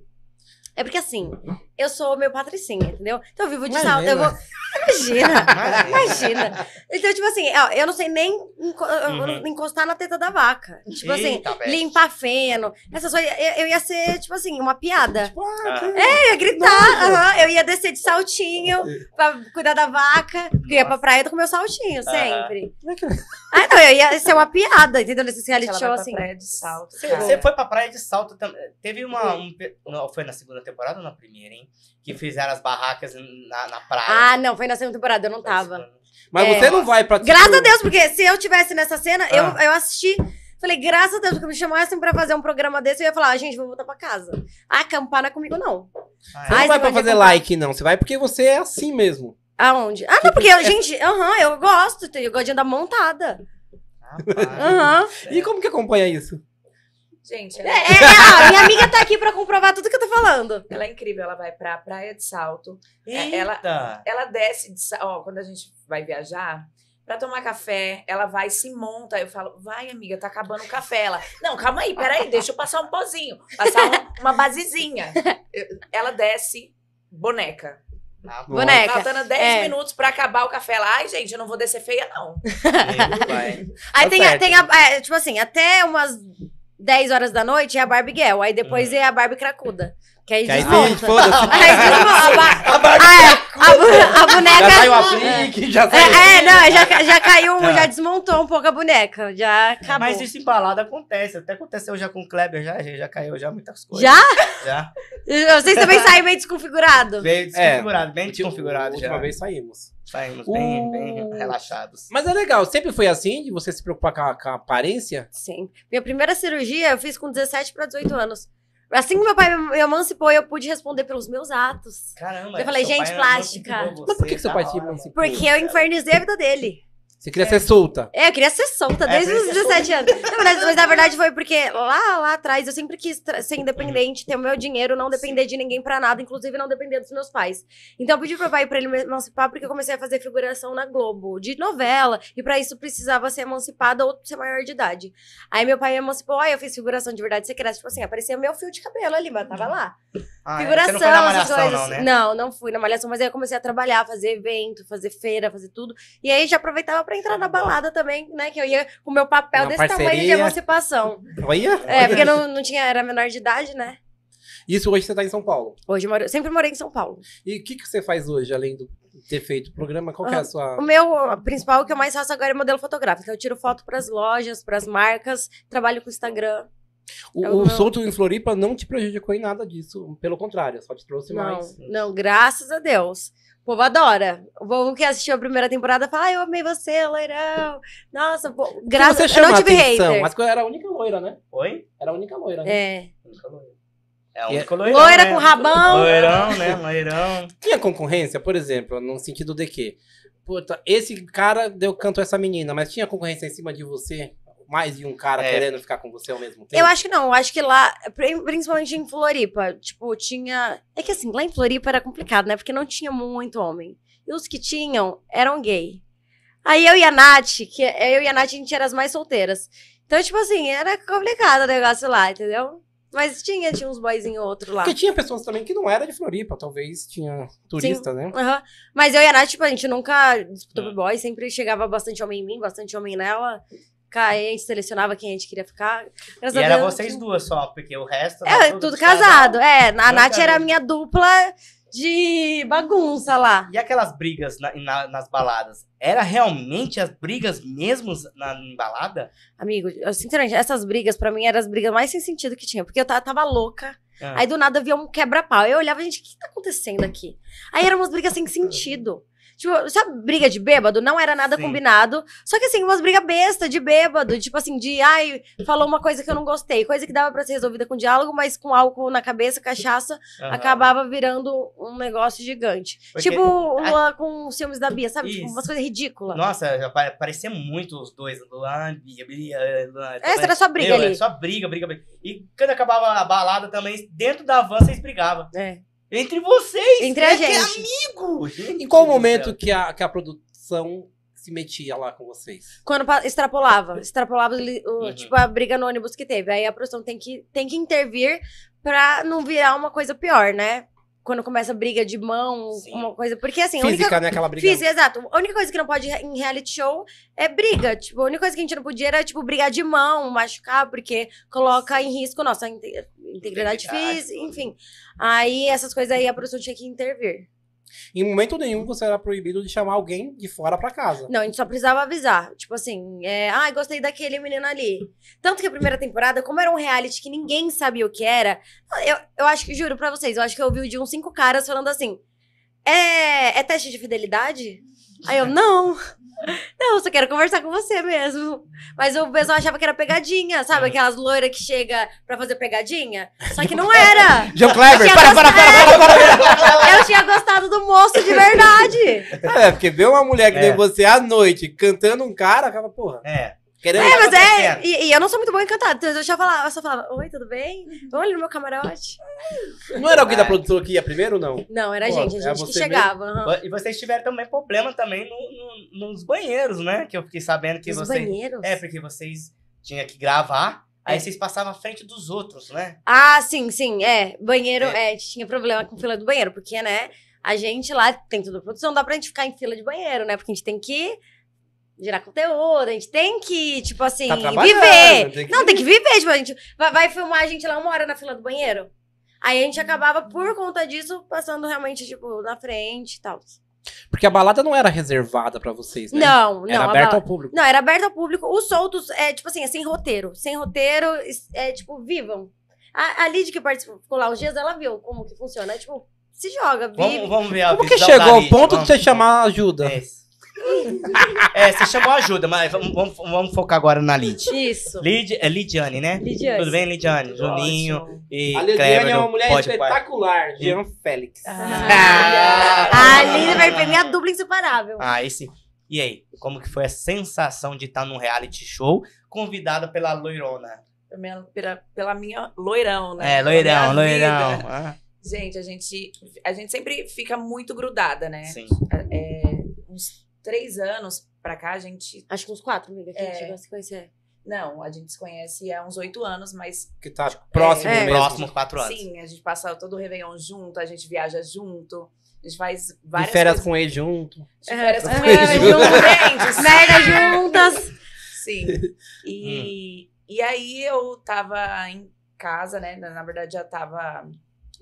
É porque assim, eu sou meu patricinha, entendeu? Então eu vivo de salto. Eu vou. Imagina! Imagina. Então, tipo assim, ó, eu não sei nem enco- eu não-
Uhum.
encostar na teta da vaca. Tipo assim,
Eita, peste.
limpar feno. Essas coisas. Eu, eu ia ser, tipo assim, uma piada.
Tipo, ah,
Ah.
que-
Eu ia gritar, aham, eu ia descer de saltinho pra cuidar da vaca. Porque eu
É.
ia pra
Nossa. é
praia com meu saltinho,
Aham.
sempre. Ah, não, eu ia ser uma piada, entendeu? Nesse reality
Ela
show,
vai pra
assim.
praia é de né? salto,
Você
cara.
você foi pra praia de salto também. Teve uma.
Hum.
um pe- não, foi na segunda temporada ou na primeira, hein? Que fizeram as barracas na, na praia.
Ah, não, foi na segunda temporada, eu não tava.
tá.
Mas
É.
você não vai pra.
Graças
tipo,
a Deus, porque se eu tivesse nessa cena, eu,
Ah.
eu assisti. Falei, graças a Deus, porque me chamassem pra fazer um programa desse, eu ia falar, ah, gente, vou voltar pra casa. Acampar não é comigo, não.
Ah, é?
Você
Ai,
não vai
você
pra
vai
fazer
ter-
like, não. Você vai porque você é assim mesmo.
Aonde? Ah,
Tipo
não, porque, eu, gente, aham, eu gosto, eu gosto de andar montada.
Rapaz. É.
Aham.
E como que acompanha isso?
Gente,
É,
ela,
é, é, ó, minha amiga tá aqui pra comprovar tudo que eu tô falando.
ela é incrível. Ela vai pra praia de salto.
é?
Eita. Tá
Ela desce de salto. Ó, quando a gente vai viajar, pra tomar café, ela vai, se monta. Eu falo, vai, amiga, tá acabando o café. Ela, não, calma aí, peraí, deixa eu passar um pozinho. Passar um- uma basezinha. Eu- Ela desce boneca.
Na boa.
Boneca.
Faltando 10
é.
minutos pra acabar o café. Ela, ai, gente, eu não vou descer feia, não.
Eita, pai.
Aí
Tá
tem, a,
certo.
tem a- é, tipo assim, até umas 10 horas da noite é a Barbie Girl. Aí depois é a Barbie Cracuda. Que aí
Uhum. Que aí
desmonta.
tem, foda-se.
Aí desmonta. A ba-
A barba
Ah, é. A, bu- a boneca.
já saiu a aplique, já saiu.
É, é, não, já, ca- já caiu, já desmontou um pouco a boneca. Já acabou.
Mas isso em balada acontece. Até aconteceu já com o Kleber, já, já, já caiu já muitas coisas.
Já? É,
Já.
Vocês também saem meio desconfigurado.
Bem desconfigurado, bem desconfigurado
Configurado
já.
vez saímos.
Saímos bem,
Uh.
bem relaxados.
Mas é legal, sempre foi assim, de você se preocupar com a, com a aparência?
Sim. Minha primeira cirurgia eu fiz com 17 para 18 anos. Assim que meu pai me emancipou, eu pude responder pelos meus atos.
Caramba.
Eu falei,
seu
gente,
pai
plástica.
incentivou
Mas por
você, tá
que, que seu
da
pai te
hora, mano.
emancipou?
Porque eu infernizei a vida dele.
Você queria ser solta.
É, eu queria ser solta
É,
desde
por
os
isso que é
17 anos. Não, mas, mas na verdade foi porque lá, lá atrás eu sempre quis tra- ser independente, ter o meu dinheiro, não depender de ninguém pra nada, inclusive não depender dos meus pais. Então eu pedi pro pai pra ele me emancipar porque eu comecei a fazer figuração na Globo, de novela, e pra isso precisava ser emancipada ou ser maior de idade. Aí meu pai me emancipou, aí eu fiz figuração de verdade secreta, tipo assim, aparecia meu fio de cabelo ali, mas tava lá.
Ah, é, Você
Figuração,
não foi na
essas
malhação,
coisas.
não, né?
não, não fui na malhação, mas aí eu comecei a trabalhar, fazer evento, fazer feira, fazer tudo. E aí já aproveitava pra entrar na balada também, né? Que eu ia com o meu papel
Na
desse tamanho de
parceria.
emancipação.
Olha.
É, porque não, não tinha, era menor de idade, né?
Isso hoje você tá em São Paulo.
Hoje eu moro- sempre morei em São Paulo.
E o que, que você faz hoje, além do ter feito o programa? Qual que é a sua...
O meu principal, o que eu mais faço agora é modelo fotográfico. Eu tiro foto pras lojas, pras marcas, trabalho com Instagram.
O,
é
o
o meu-
solto em Floripa não te prejudicou em nada disso. Pelo contrário, só te trouxe
Não,
mais.
não, graças a Deus. O povo adora. O povo que assistiu a primeira temporada fala, ai, eu amei você, loirão. Nossa, pô, graças
você
a Deus. Eu
chama
não
a
tive
atenção,
hater.
mas que era a única loira, né?
Oi?
Era a única loira, né?
É.
É
E é-
um coloirão,
Loira
né?
com rabão.
Loirão, né? Loirão.
Tinha concorrência, por exemplo, no sentido de que, puta, esse cara deu canto a essa menina, mas tinha concorrência em cima de você? Mais de um cara
É.
querendo ficar com você ao mesmo tempo?
Eu acho que não, eu acho que lá, pri- principalmente em Floripa, tipo, tinha. É que assim, lá em Floripa era complicado, né? Porque não tinha muito homem. E os que tinham eram gay. Aí eu e a Nath, que eu e a Nath, a gente era as mais solteiras. Então, tipo assim, era complicado o negócio lá, entendeu? Mas tinha, tinha uns boyzinhos outro lá.
Porque tinha pessoas também que não era de Floripa, talvez tinha turista, né?
Aham. Mas eu e a Nath, tipo, a gente nunca disputou
É.
boy, sempre chegava bastante homem em mim, bastante homem nela. Ca- A gente selecionava quem a gente queria ficar. Graças
E
a
era
Deus,
vocês duas só, porque o resto...
É, tudo, casado. É, a Nath era a
casado.
minha dupla de bagunça lá.
E aquelas brigas na- na- nas baladas? Era realmente as brigas mesmo na, em balada?
Amigo, eu, sinceramente, essas brigas pra mim eram as brigas mais sem sentido que tinha, porque eu ta- tava, louca.
Ah.
Aí do nada eu via um quebra-pau. Eu olhava, gente, o que tá acontecendo aqui? Aí eram umas brigas sem sentido. Tipo, sabe, briga de bêbado? Não era nada
Sim.
combinado. Só que assim, umas brigas besta de bêbado. Tipo assim, de ai, falou uma coisa que eu não gostei. Coisa que dava pra ser resolvida com diálogo, mas com álcool na cabeça, cachaça,
Aham.
acabava virando um negócio gigante.
Porque-
Tipo o Luan com os filmes da Bia, sabe? Tipo,
Isso.
umas coisas ridículas.
Nossa, já pare- parecia muito os dois. Luan, Bia, Bia, Luan.
Essa era só briga
Meu,
ali.
é Só briga, briga, briga. E quando acabava a balada também, dentro da van vocês brigavam.
É.
Entre vocês!
Entre a
né? Que
gente.
amigo! Gente
Em qual
do
momento
céu.
que a, que a produção se metia lá com vocês?
Quando pa- extrapolava, extrapolava li- o-
Uhum.
tipo a briga no ônibus que teve. Aí a produção tem que, tem que intervir pra não virar uma coisa pior, né? Quando começa a briga de mão,
Sim.
uma coisa. Porque assim, a única
Física, né? Aquela briga.
Fiz, exato. A única coisa que não pode em reality show é briga. Tipo, a única coisa que a gente não podia era, tipo, brigar de mão, machucar, porque coloca em risco nossa inte- integridade
Integridade,
física,
tudo.
enfim. Aí essas coisas aí a produção tinha que intervir.
Em momento nenhum você era proibido de chamar alguém de fora pra casa.
Não, a gente só precisava avisar. Tipo assim, é, ai, gostei daquele menino ali. Tanto que a primeira temporada, como era um reality que ninguém sabia o que era, eu, eu acho que, juro pra vocês, eu acho que eu ouvi de uns cinco caras falando assim: é, é teste de fidelidade? Aí eu, não. Não, eu só quero conversar com você mesmo. Mas o pessoal achava que era pegadinha,
É.
sabe? Aquelas loiras que chega pra fazer pegadinha. Só que não era.
João Kleber,
Tinha
para, para,
gostado.
para, para,
Eu tinha gostado do moço de verdade.
para. É, porque ver uma mulher que
É.
nem você à noite cantando um cara, acaba, porra,
É.
querendo.
É, mas
acontecendo?
é. E, e eu não sou muito boa em cantar. Então eu já falava, eu só falava, oi, tudo bem? Vamos ali no meu camarote.
Não era alguém da
É.
produtora que ia primeiro, não?
Não, era a
Pô,
gente, a
é
gente que
você
chegava. aham.
E vocês tiveram também problema também no- no- nos banheiros, né? Que eu fiquei sabendo que
Os
vocês.
banheiros? É.
É, porque vocês tinham que gravar, aí vocês passavam à frente dos outros, né?
Ah, sim, sim, é. Banheiro, é. tinha problema com fila do banheiro, porque, né, a gente lá tem toda a produção, dá pra gente ficar em fila de banheiro, né? Porque a gente tem que gerar conteúdo, a gente tem que, tipo assim,
Tá trabalhando,
viver.
tem que
Não, tem que viver, tipo, a gente vai, vai filmar a gente lá uma hora na fila do banheiro. Aí a gente acabava, por conta disso, passando realmente, tipo, na frente e tal.
Porque a balada não era reservada pra vocês, né?
Não, não.
Era
a
aberta ao
bala-
público.
Não, era aberto ao público. Os soltos, é, tipo assim, é sem roteiro. Sem roteiro, es- é, tipo, vivam. A, a Lid que participou ficou lá uns dias, ela viu como que funciona. É, tipo, se joga, vive.
Vamos, vamos ver a
Como que
visão da
chegou ao
Lid,
ponto de
vamos-
você chamar ajuda?
É, É, você chamou ajuda, mas vamos, vamos- vamos focar agora na Lid.
Isso.
Lid é Lidiane, né?
Lidiane.
Tudo bem, Lidiane? Juninho e
A Liliane
Kleber
é uma
do
mulher
Pode Par.
espetacular, Jean Félix.
É.
Ah.
A Lid vai pra minha dupla inseparável.
Ah, esse. E aí, como que foi a sensação de estar num reality show convidada pela loirona?
Pela minha- Pela, pela minha loirão, né?
É,
Pela
loirão,
minha vida.
loirão. Ah,
Gente, a gente, a gente sempre fica muito grudada, né?
sim.
É, uns três anos pra cá, a gente.
Acho que uns quatro, amiga, que a gente
É.
chegou a se conhecer.
Não, a gente se conhece há uns oito anos, mas
Que tá próximo
É.
mesmo.
Próximos quatro anos.
sim, a gente passa todo o Réveillon junto, a gente viaja junto, a gente faz
De
várias
férias
coisas.
com ele junto.
De férias com
É,
eles,
junto.
juntos, gente,
Merda juntas!
Sim. E, e aí eu tava em casa, né? Na na verdade, já tava.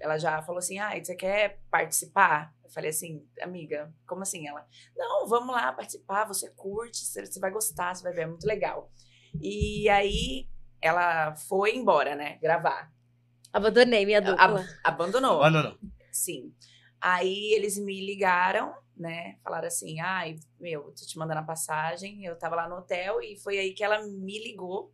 Ela já falou assim: ah, você quer participar? Eu falei assim, amiga, como assim? Ela, não, vamos lá participar, você curte, você você vai gostar, você vai ver, é muito legal. E aí ela foi embora, né? Gravar.
Abandonei minha
Ab-
dupla.
Abandonou.
Mano, não.
Sim. Aí eles me ligaram, né? Falaram assim: ai, meu, tô te mandando a passagem. Eu tava lá no hotel e foi aí que ela me ligou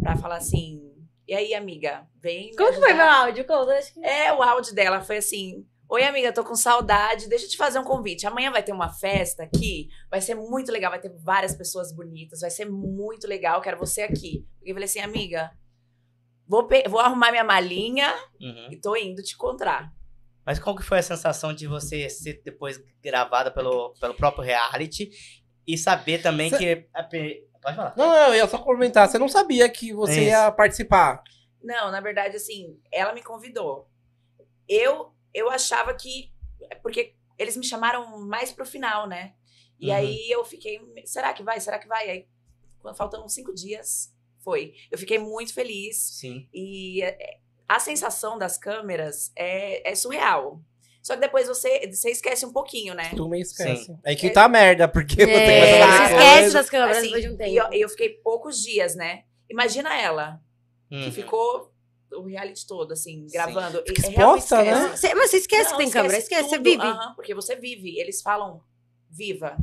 pra falar assim: e aí, amiga, vem. me
Como que foi meu
ajudar?"
áudio? Conta, acho que...
É, o áudio dela foi assim: Oi, amiga, tô com saudade. Deixa eu te fazer um convite. Amanhã vai ter uma festa aqui. Vai ser muito legal. Vai ter várias pessoas bonitas. Vai ser muito legal. Quero você aqui. E eu falei assim: Amiga, vou, pe- vou arrumar minha malinha
Uhum.
e tô indo te encontrar.
Mas qual que foi a sensação de você ser depois gravada pelo, pelo próprio reality e saber também
Cê-
que... a pe- Pode falar.
Não, não, eu ia só comentar. Você não sabia que você
Isso.
ia participar.
Não, na verdade, assim, ela me convidou. Eu eu achava que. Porque eles me chamaram mais pro final, né? E
Uhum.
aí eu fiquei. Será que vai? Será que vai? Aí, quando faltando cinco dias, foi. Eu fiquei muito feliz.
Sim.
E é, é, a sensação das câmeras é, é surreal. Só que depois você, você esquece um pouquinho, né?
Tu me esquece.
Sim.
É que tá merda, porque você
É,
começa a
fazer
se
fazer
esquece
coisa.
das câmeras
Assim,
depois de um
e
tempo.
eu, eu fiquei poucos dias, né? Imagina ela,
Uhum.
que ficou o reality todo, assim,
Sim.
gravando. E-
Fica
realmente
exposta, né?
esquece.
Cê- mas você esquece
Não,
que tem câmera, esquece, você
tudo.
vive.
Aham, porque você vive. Eles falam, viva.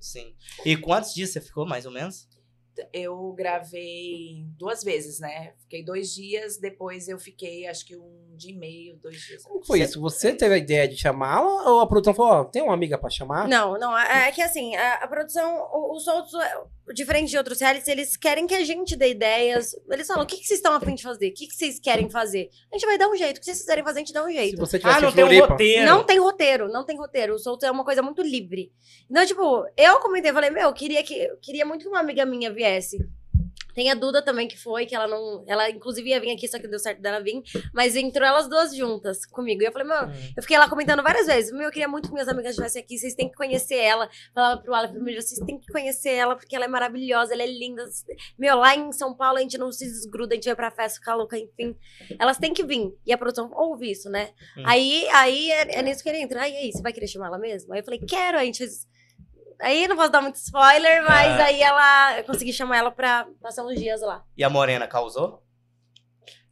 Sim. E quantos dias você ficou, mais ou menos?
Eu gravei duas vezes, né? Fiquei dois dias, depois eu fiquei acho que um dia e meio, dois dias.
Como foi isso? Você teve a ideia de chamá-la ou a produção falou, ó, tem uma amiga pra chamar?
Não, não, é é que assim, a, a produção, o- os outros, é, diferente de outros realities, eles querem que a gente dê ideias. Eles falam, o que, que vocês estão afim de fazer? O que, que vocês querem fazer? A gente vai dar um jeito, o que vocês quiserem fazer, a gente dá um
Se
jeito.
você tivesse
Ah, não
em
tem um
Floripa.
roteiro.
Não tem roteiro, não tem roteiro. O solto é uma coisa muito livre. Então, tipo, eu comentei, falei, meu, eu queria que eu queria muito que uma amiga minha viesse. Tem a Duda também que foi, que ela não. Ela, inclusive, ia vir aqui, só que deu certo dela vir. Mas entrou elas duas juntas comigo. E eu falei, meu,
Uhum.
eu fiquei lá comentando várias vezes. Meu, eu queria muito que minhas amigas estivessem aqui. Vocês têm que conhecer ela. Falava pro Aleph primeiro, vocês têm que conhecer ela, porque ela é maravilhosa, ela é linda. Meu, lá em São Paulo a gente não se desgruda, a gente vai pra festa, fica louca, enfim. Elas têm que vir. E a produção ouve isso, né?
Hum.
Aí, aí é, é nisso que ele entra. Aí, aí, você vai querer chamar ela mesmo? Aí eu falei, quero, aí a gente fez. Aí não posso dar muito spoiler, mas
Ah.
aí ela eu consegui chamar ela pra passar uns dias lá.
E a Morena causou?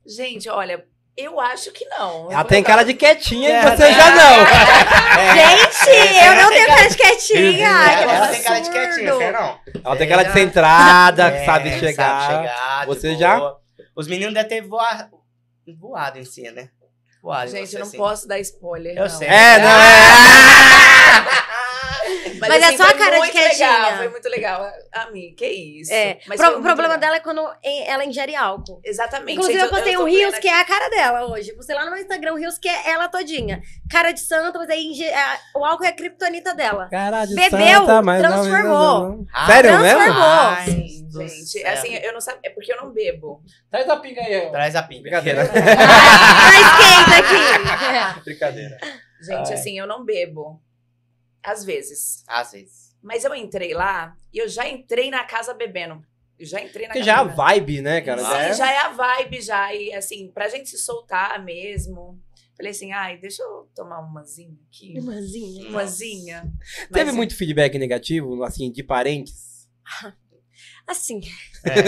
Gente, olha, eu acho que não.
Ela tem cara de quietinha
É,
e você
né?
já não.
Gente, eu não tenho cara de quietinha. Ai, que
ela tem cara de
absurdo.
quietinha, você não.
Ela tem cara de
É.
centrada,
É,
sabe chegar.
Sabe chegar de
Você
boa.
já?
Os meninos devem ter voa- voado em si, né? Voado em
Gente,
você,
eu não
assim.
posso dar spoiler.
Eu
não.
sei.
É, não é.
Mas,
Mas é
assim,
só a
foi
cara de
muito
quietinha.
legal, foi muito legal. Ami, que isso.
É,
Mas
pro-
foi
o
muito
problema
legal.
dela é quando em- ela ingere álcool.
Exatamente.
Inclusive,
gente,
eu postei
tô
um Rios
vendo
que é a cara dela hoje. Postei lá no meu Instagram um Rios que é ela todinha. Cara de santo, mas aí inge- a- o álcool é a criptonita dela.
Caralho,
Bebeu,
santa, mas não,
transformou.
não, não, não. Sério mesmo?
Transformou.
Ah! Ai,
Sim,
do
gente,
céu.
assim, eu não sabia, é porque eu não bebo.
Traz a pinga aí, ó.
Traz a pinga.
Brincadeira.
Ela esquenta aqui.
Brincadeira.
Gente, assim, eu não bebo. Às vezes.
Às vezes.
Mas eu entrei lá e eu já entrei na casa bebendo. Eu já entrei na
Porque já
casa
é a
bebendo.
vibe, né, cara?
Sim,
é-
já é a vibe, já. E assim, pra gente se soltar mesmo. Falei assim, ai, deixa eu tomar umazinha aqui.
Irmãzinha.
Umazinha.
Teve
Mas-
muito feedback negativo, assim, de parentes?
Assim.
É.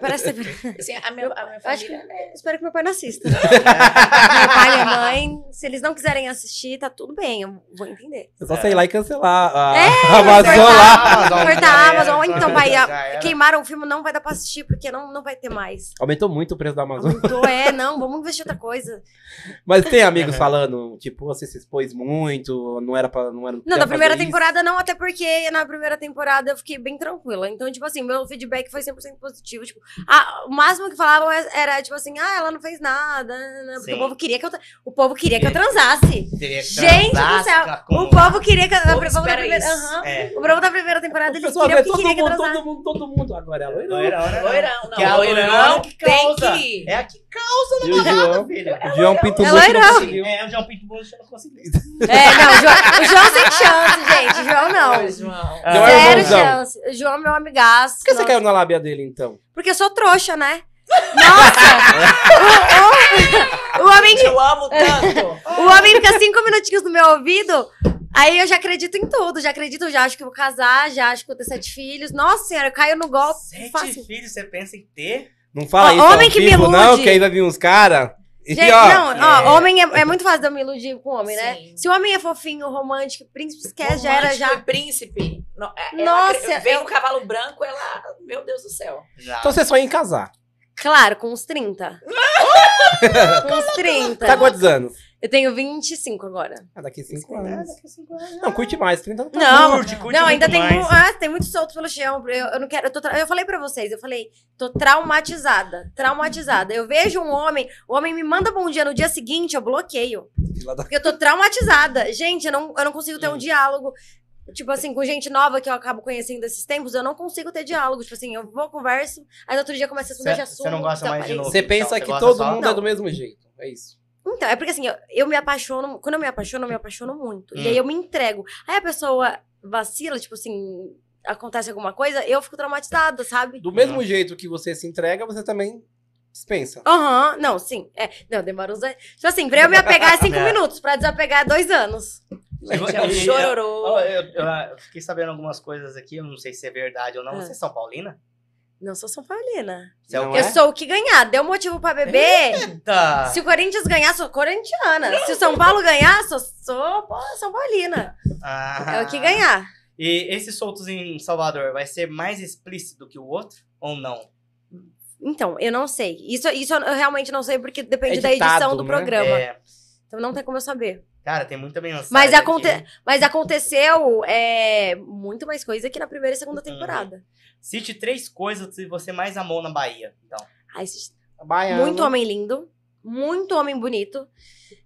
Parece ser-
Assim, a minha, a minha
Eu acho que-
família.
Espero que meu pai não assista. meu pai e minha mãe, se eles não quiserem assistir, tá tudo bem, eu vou entender.
Eu só
É.
sei lá e cancelar a
É,
a Amazon lá.
Amazon,
Corta
já
a
era,
Amazon,
já
então
era,
vai.
já
a-
era.
Queimaram o um filme, não vai dar pra assistir, porque não, não vai ter mais.
Aumentou muito o preço da Amazon.
Aumentou, é, não, vamos investir em outra coisa.
Mas tem amigos falando, tipo, você se expôs muito, não era pra. Não, era,
Não,
era
da primeira
fazer isso.
temporada não, até porque na primeira temporada eu fiquei bem tranquila. Então, tipo assim, meu feedback foi 100% positivo. Tipo, a- o máximo que falavam é- era, tipo assim, ah, ela não fez nada. né, né, Porque
Sim.
o povo queria que eu, tra- o povo queria que eu transasse.
Teria que
Gente do céu,
transar com-
um
o povo queria que eu...
Povo
O povo da
espera
primeira,
isso.
aham.
É.
O povo da primeira temporada,
O
eles
pessoal
queriam
vê
que
todo
queria que eu
mundo,
transasse.
todo mundo, todo mundo. Agora é loirão.
Loirão, né?
Loirão, não.
Que a
loirão
loirão que
tem
causa.
que ir.
É a que causa
E o
na
João?
parada, filho.
O João Pinto
É
Nunes não
loirão.
conseguiu.
É, o João Pinto Bush não conseguiu.
É, não, o João, o João sem chance, gente. O João não.
Oi, João.
Ah,
João é
Zero
irmãozão.
chance. O João é meu amigaço.
Por que você
nossa.
caiu na lábia dele, então?
Porque eu sou trouxa, né? Nossa! o, o- o homem,
Eu amo tanto.
o homem fica cinco minutinhos no meu ouvido, aí eu já acredito em tudo. Já acredito, já acho que eu vou casar, já acho que eu vou ter sete filhos. Nossa senhora, eu caio no golpe
Sete
fácil.
filhos você pensa em ter?
Não fala
Ó,
isso. ao
homem que me
vivo, Não,
ilude.
que aí vai vir uns caras. E
Gente,
ó,
não, ó,
é.
homem é, é muito fácil de eu me iludir com homem, né?
Sim.
Se o homem é fofinho, romântico, príncipe esquece, já era,
Romântico
já.
e príncipe. No- é-
Nossa,
ela, vem
eu-
um cavalo branco, ela. Meu Deus do céu.
Já.
Então você sonha em casar.
Claro, com uns 30. com uns 30.
Tá quantos anos?
Eu tenho 25 agora.
Ah, daqui cinco
Ah,
anos.
daqui a cinco anos. é.
Não, curte mais, 30 não tá
Não,
Curte, curte
não, ainda
muito
tem,
mais.
mu- ah, tem muito solto pelo chão. Eu, eu não quero. Eu, tô tra- eu falei pra vocês, eu falei, tô traumatizada. Traumatizada. Eu vejo um homem, o homem me manda bom dia no dia seguinte, eu bloqueio.
Fila da-
Porque eu tô traumatizada. Gente, eu não, eu não consigo ter um
Hum.
diálogo. Tipo assim, com gente nova que eu acabo conhecendo esses tempos, eu não consigo ter diálogo. Tipo assim, eu vou, converso, aí no outro dia começa a
Cê-
assunto, de
cê
assunto.
não gosta mais de novo?
Você pensa
Então, você
que
gosta
todo
só?
mundo é
Não.
do mesmo jeito. É isso.
Então, é porque assim, eu, eu me apaixono. Quando eu me apaixono, eu me apaixono muito.
Hum.
E aí eu me entrego. Aí a pessoa vacila, tipo assim, acontece alguma coisa, eu fico traumatizada, sabe?
Do mesmo jeito que você se entrega, você também dispensa.
Aham, não, sim. É, não, demora uns anos. Tipo assim, pra eu me apegar é cinco
É.
minutos, pra desapegar é dois anos.
Gente, é um
E- e-
chororô.
Ó, Eu, eu- eu fiquei sabendo algumas coisas aqui, eu não sei se é verdade ou não.
Ah.
Você é São Paulina?
Não sou São Paulina.
Você é o
Não
quê?
Eu sou o que ganhar, deu motivo pra beber.
Eita!
Se o Corinthians ganhar, sou corintiana. Se o São Paulo ganhar, sou, sou pô, São Paulina.
Ah.
É o que ganhar.
E esses soltos em Salvador vai ser mais explícito que o outro ou não?
Então, eu não sei. Isso, isso eu realmente não sei, porque depende
É
da
ditado,
edição do
né?
programa.
É,
Então não tem como eu saber.
cara, tem muita mensagem.
Mas,
aqui.
aconte- mas aconteceu é, muito mais coisa que na primeira e segunda temporada.
Cite três coisas que você mais amou na Bahia. Então,
Ai, gente,
Baiano.
muito homem lindo, muito homem bonito.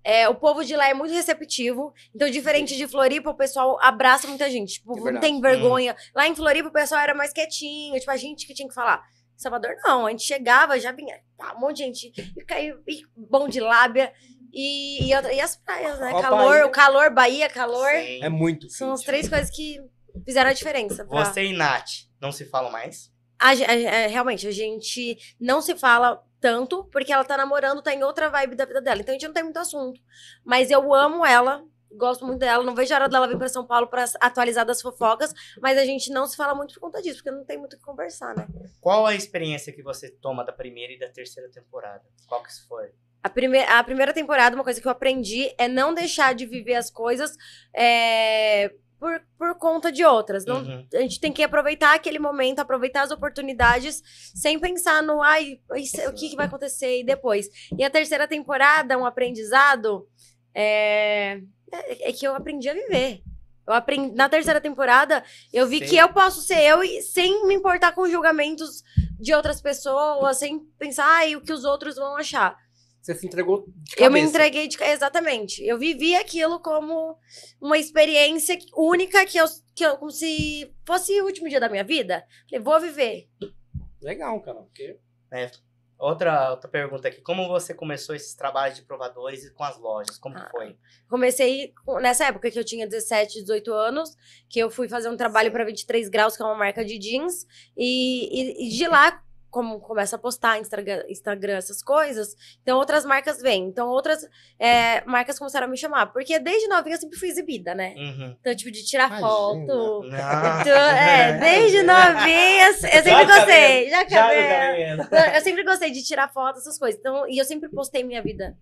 É, o povo de lá é muito receptivo. Então, diferente de Floripa, o pessoal abraça muita gente. Tipo,
É
não
verdade.
tem vergonha. Lá em Floripa, o pessoal era mais quietinho. Tipo, a gente que tinha que falar. Em Salvador, não. A gente chegava, já vinha pá, um monte de gente. E caiu e bom de lábia. E, e outra- e as praias, né?
Ó,
calor,
Bahia.
o calor, Bahia, calor.
sim.
É muito.
São as três coisas que fizeram a diferença. pra-
você e Nath não se falam mais?
A ge- a- a- realmente, a gente não se fala tanto, porque ela tá namorando, tá em outra vibe da vida dela. Então a gente não tem muito assunto. Mas eu amo ela, gosto muito dela, não vejo a hora dela vir pra São Paulo pra s- atualizar das fofocas, mas a gente não se fala muito por conta disso, porque não tem muito o que conversar, né?
Qual a experiência que você toma da primeira e da terceira temporada? Qual que isso foi?
A, prime a primeira temporada, uma coisa que eu aprendi é não deixar de viver as coisas é, por, por conta de outras. Não,
Uhum.
a gente tem que aproveitar aquele momento, aproveitar as oportunidades, sem pensar no ai, isso- o que, que vai acontecer e depois. E a terceira temporada, um aprendizado, é, é é que eu aprendi a viver. Eu aprendi, na terceira temporada, eu vi
Sim.
que eu posso ser eu e- sem me importar com julgamentos de outras pessoas, sem pensar ai, o que os outros vão achar.
Você se entregou de
Eu me
cabeça.
entreguei de ca- exatamente. Eu vivi aquilo como uma experiência única que eu, que eu como se fosse o último dia da minha vida. Falei, vou viver.
Legal, cara. Porque...
É. Ô, Outra, outra pergunta aqui. Como você começou esses trabalhos de provadores e com as lojas? Como que
Ah.
foi?
Comecei com- nessa época que eu tinha 17, 18 anos, que eu fui fazer um trabalho para 23 graus, que é uma marca de jeans, e, e- e de lá como começa a postar Instagram, Instagram, essas coisas, então outras marcas vêm. Então outras é, marcas começaram a me chamar, porque desde novinha eu sempre fui exibida, né?
Uhum.
Então, tipo, de tirar
Imagina.
foto.
Ah.
Então, é, desde novinha eu sempre
Já
gostei. Já
Já tá no
acabei.
cabelo.
Não, Eu sempre gostei de tirar foto, essas coisas. Então, e eu sempre postei minha vida.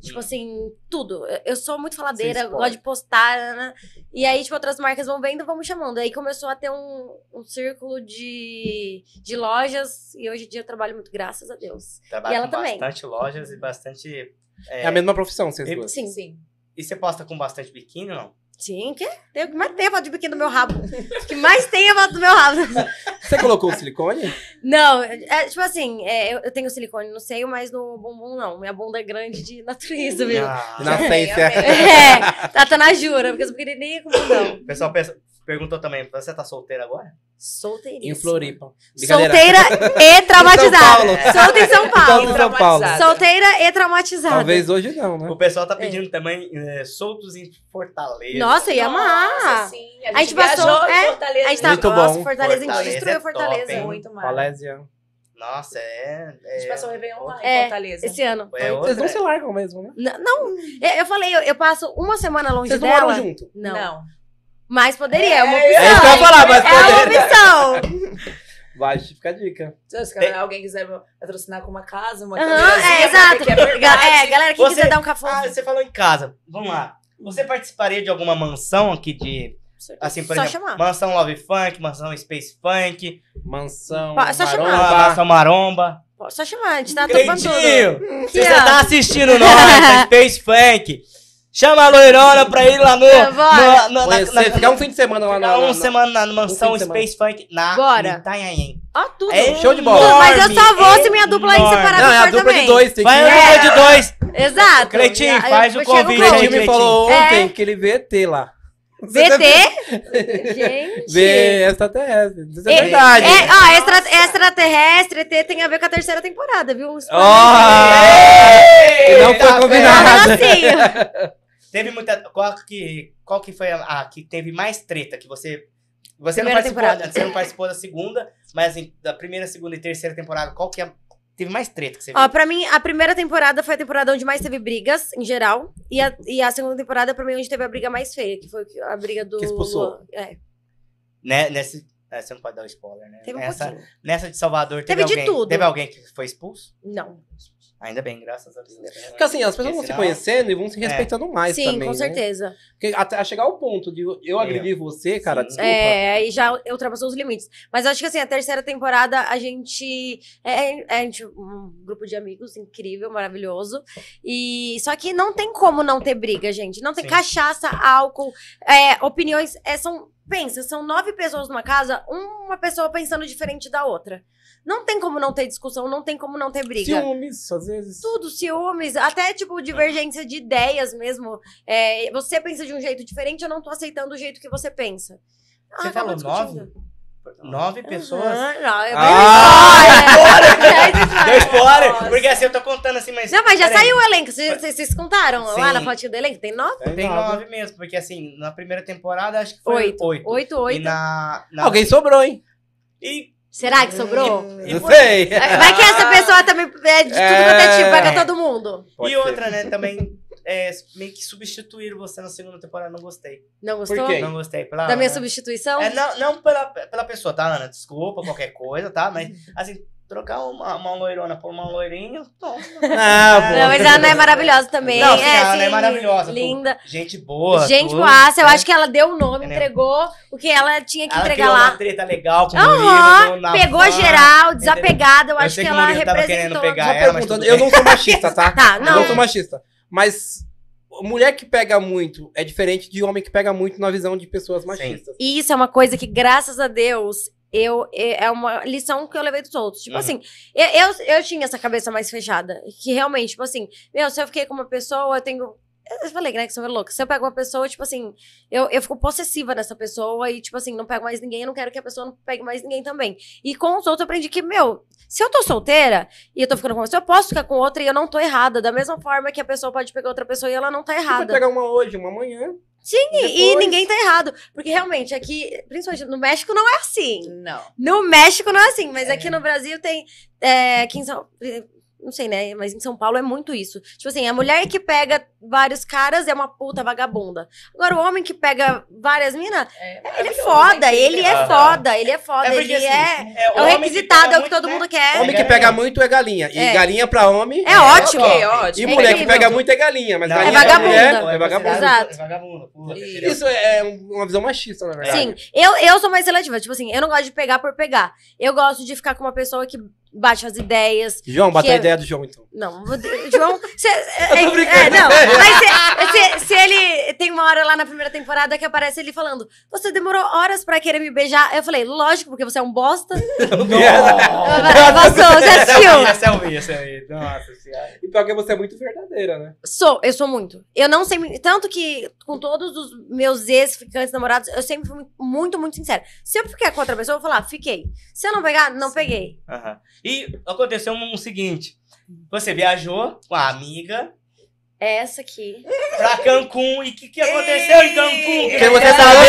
Tipo assim, tudo. Eu- Eu sou muito faladeira,
Se
eu
expõe.
gosto de postar. Né? E aí, tipo, outras marcas vão vendo, vão me chamando. Aí começou a ter um, um círculo de, de lojas. E hoje em dia eu trabalho muito, graças a Deus.
Trabalha
E ela
com
também.
bastante lojas e bastante... é,
É a mesma profissão, vocês
E-
duas.
Sim.
Sim.
E você posta com bastante biquíni ou não?
Sim, que? Tem o que mais tem a foto de biquíni do meu rabo. O que mais tem é a foto do meu rabo.
Você colocou o silicone?
Não, é, tipo assim, é, eu, eu tenho silicone no seio, mas no bumbum não. Minha bunda é grande de natureza mesmo.
Ah.
Na
Amei,
ciência.
amei.
É, tá, tá na jura, porque eu sou pequenininha com bundão.
O pessoal pensa- perguntou também, você tá solteira agora?
Solteiríssima.
Em Floripa. Brincadeira.
Solteira e traumatizada.
Em São Paulo.
Solta em São
Solta
Paulo.
em São Paulo.
Traumatizada.
Solteira e traumatizada.
Talvez hoje não, né?
O pessoal tá pedindo também é, soltos em Fortaleza.
Nossa, eu ia
Nossa,
amar.
sim.
A
A
gente
gente viajou
passou- é,
em Fortaleza.
A gente tá
Muito
nossa,
bom.
Fortaleza, a
Fortaleza
gente destruiu
é
Fortaleza.
top, hein?
Muito mais.
Palésia.
Nossa, é... é-
A gente passou o Réveillon lá
É,
em Fortaleza.
Esse ano.
é outra-
Vocês não se largam mesmo, né?
N- Não, eu, eu falei, eu, eu passo uma semana longe
Vocês não
dela.
moram junto.
Não.
Não.
Mas poderia, é uma
É
opção.
É,
isso que eu ia falar, mas
É
pode.
uma opção.
Vai, fica a dica.
Então, Se
Tem-
alguém quiser patrocinar com uma casa, uma
Aham,
caminhãozinha,
é, exato.
pra ver que é verdade.
Ga- é, galera que
Você-
quiser dar um café.
Ah, você falou em casa. Vamos lá. Você participaria de alguma mansão aqui de. Assim, por
Só
exemplo,
chamar.
mansão Love Funk, mansão Space Funk,
Mansão,
Pa- só
maromba.
uma mansão Maromba.
Pô, Só chamar, a gente tá topando tudo.
Cleitinho!
Te
Se você tá
amo.
assistindo nós, da Space Funk, chama a loirona pra ir lá no.
É,
no-
bora.
na- na-
Conhecer,
na-
ficar um fim de semana lá
ficar
na, na,
uma
na-
semana na mansão
um fim de
Space Funk na
Bora.
Itanhaém.
Ó, tudo.
É
show de bola.
enorme,
Mas eu só vou se minha dupla aí
enorme.
separar
Não, é a
Flor
dupla de
também.
dois. Tem que...
Vai a dupla de dois. É.
Exato.
Cleitinho,
Aí eu-
faz o
eu chego
convite
O
aí,
pronto.
Cleitinho.
time falou
É.
ontem que ele vê ET lá.
VT?
Vê
Gente.
extraterrestre. Isso
É-
é verdade.
É, ó, extra, extraterrestre, ET tem a ver com a terceira temporada, viu? Um spoiler.
é
Ó!
Ei,
Não foi
tá
combinado.
vendo?
Ah, assim.
Teve muita. Qual que, qual que foi a, a que teve mais treta? Que você. Você não,
Primeira
participou,
temporada.
você não participou da segunda, mas assim, da primeira, segunda e terceira temporada, qual que é, teve mais treta que você
Ó,
viu?
pra mim, a primeira temporada foi a temporada onde mais teve brigas, em geral. E a, e a segunda temporada, pra mim, é onde teve a briga mais feia, que foi a briga do.
Que expulsou.
Luan. É,
Né, nesse, é, você não pode dar o spoiler, né?
teve um
nessa,
pouquinho.
nessa de Salvador teve,
Teve de
alguém.
tudo.
Teve alguém que foi expulso?
Não.
Ainda bem, graças a Deus.
Porque assim, as pessoas vão se
Senão-
conhecendo e vão
É.
se respeitando mais
Sim,
também,
com
né?
certeza.
Porque até a chegar ao ponto de eu- eu
É.
agredi você, cara,
Sim.
desculpa.
É, aí já ultrapassou os limites. Mas eu acho que assim, a terceira temporada a gente. É, é- a gente- um grupo de amigos incrível, maravilhoso. E só que não tem como não ter briga, gente. Não tem
Sim.
cachaça, álcool, é, opiniões. é, são, pensa, são nove pessoas numa casa, uma pessoa pensando diferente da outra. Não tem como não ter discussão, não tem como não ter briga
Ciúmes, às vezes.
tudo, ciúmes, até tipo divergência de ideias mesmo. É, você pensa de um jeito diferente, eu não tô aceitando o jeito que você pensa.
Você falou
acaba discutindo.
Nove pessoas.
Ah, não, eu
Ah,
dei spoiler.
Deu spoiler!
Nossa.
Porque assim, eu tô contando assim, mas.
Não, mas já
peraí.
saiu o elenco. Vocês vocês contaram lá na
Sim.
fotinha do elenco? Tem nove?
É
Tem
nada.
nove mesmo, porque assim, na primeira temporada acho que foi
Oito.
oito.
Oito,
E
oito.
na. na-
Alguém sobrou, hein?
E
Será que sobrou?
E
Não
foi-
sei.
Vai que essa pessoa também é de tudo quanto é tipo, pega todo mundo.
Pode
e
ser.
outra, né, também é, meio que substituíram você na segunda temporada, não gostei.
Não gostou?
quê?
Não gostei. Pela
Da minha
Ana.
substituição?
É, não, não pela, pela pessoa, tá, Ana? Desculpa, qualquer coisa, tá? Mas, assim, trocar uma, uma loirona por uma loirinha, bom.
Ah, pô.
Não, mas ela não é maravilhosa também.
Não, sim,
é,
ela não é
sim,
maravilhosa, pô.
Linda.
Gente boa.
Gente
tudo,
boassa, eu
né?
acho que ela deu o nome,
Entendeu?
entregou o que ela tinha que
ela
entregar
criou uma
lá.
treta legal com o
Aham,
Murilo. na
pegou
van.
geral, desapegada, eu acho
sei
que
que o
ela
Murilo tava querendo
representou.
pegar
Só
ela, mas
perguntando,
tudo
eu
bem.
não sou machista, tá?
Tá,
Eu
não.
não sou machista. Mas mulher que pega muito é diferente de homem que pega muito na visão de pessoas machistas.
E isso é uma coisa que, graças a Deus, eu é é uma lição que eu levei dos outros. Tipo
Uhum.
assim, eu, eu, eu tinha essa cabeça mais fechada. Que realmente, tipo assim, meu, se eu fiquei com uma pessoa, eu tenho. Eu falei, né, que sou meio louca. Se eu pego uma pessoa, tipo assim, eu, eu fico possessiva nessa pessoa e, tipo assim, não pego mais ninguém, eu não quero que a pessoa não pegue mais ninguém também. E com os outros eu aprendi que, meu, se eu tô solteira e eu tô ficando com uma pessoa, eu posso ficar com outra e eu não tô errada. Da mesma forma que a pessoa pode pegar outra pessoa e ela não tá
Você pode
errada.
pegar uma hoje, uma amanhã.
Sim, e- e
depois.
ninguém tá errado. Porque realmente aqui, principalmente no México, não é assim.
Não.
No México não é assim, mas aqui no Brasil tem. é, aqui em São. Não sei, né? Mas em São Paulo é muito isso. Tipo assim, a mulher que pega vários caras é uma puta vagabunda. Agora, o homem que pega várias minas,
É
ele é
maravilhoso,
foda,
né?
ele é
Aham.
foda, ele é foda, ele é. É o
assim, homem que
requisitado,
pega
é o que todo
muito,
mundo
né?
quer.
Homem que
É.
pega muito é galinha. E
É.
galinha pra homem.
É ótimo.
Ok, ótimo.
E
É
mulher que
incrível.
pega muito é galinha. Mas
Não,
galinha
é
pra
vagabunda.
mulher,
É
É vagabunda.
considerado-
Exato.
É vagabundo, pula.
Isso.
entendeu?
Isso é um- uma visão machista, na verdade.
Sim, eu, eu sou mais seletiva. Tipo assim, eu não gosto de pegar por pegar. Eu gosto de ficar com uma pessoa que bate as ideias.
João, bateu
Que
a
é-
ideia do João, então.
Não, vou de- João. cê- é,
Eu tô brincando.
é, não. Mas se, se- se ele tem uma hora lá na primeira temporada que aparece ele falando: Você demorou horas pra querer me beijar. Eu falei, lógico, porque você é um bosta.
Nossa.
Ela Passou, você assistiu.
Essa é o Essa é o Nossa senhora.
E pior que você é muito verdadeira, né?
Sou, eu sou muito. Eu não sei. me- Tanto que com todos os meus ex-ficantes namorados, eu sempre fui muito, muito sincera. Se eu ficar com outra pessoa, eu vou falar, fiquei. Se eu não pegar, não peguei.
Aham. E aconteceu um seguinte. Você viajou com a amiga
É Essa aqui.
pra Cancún. E o que, que aconteceu em Cancún?
Porque você
Quer
sabe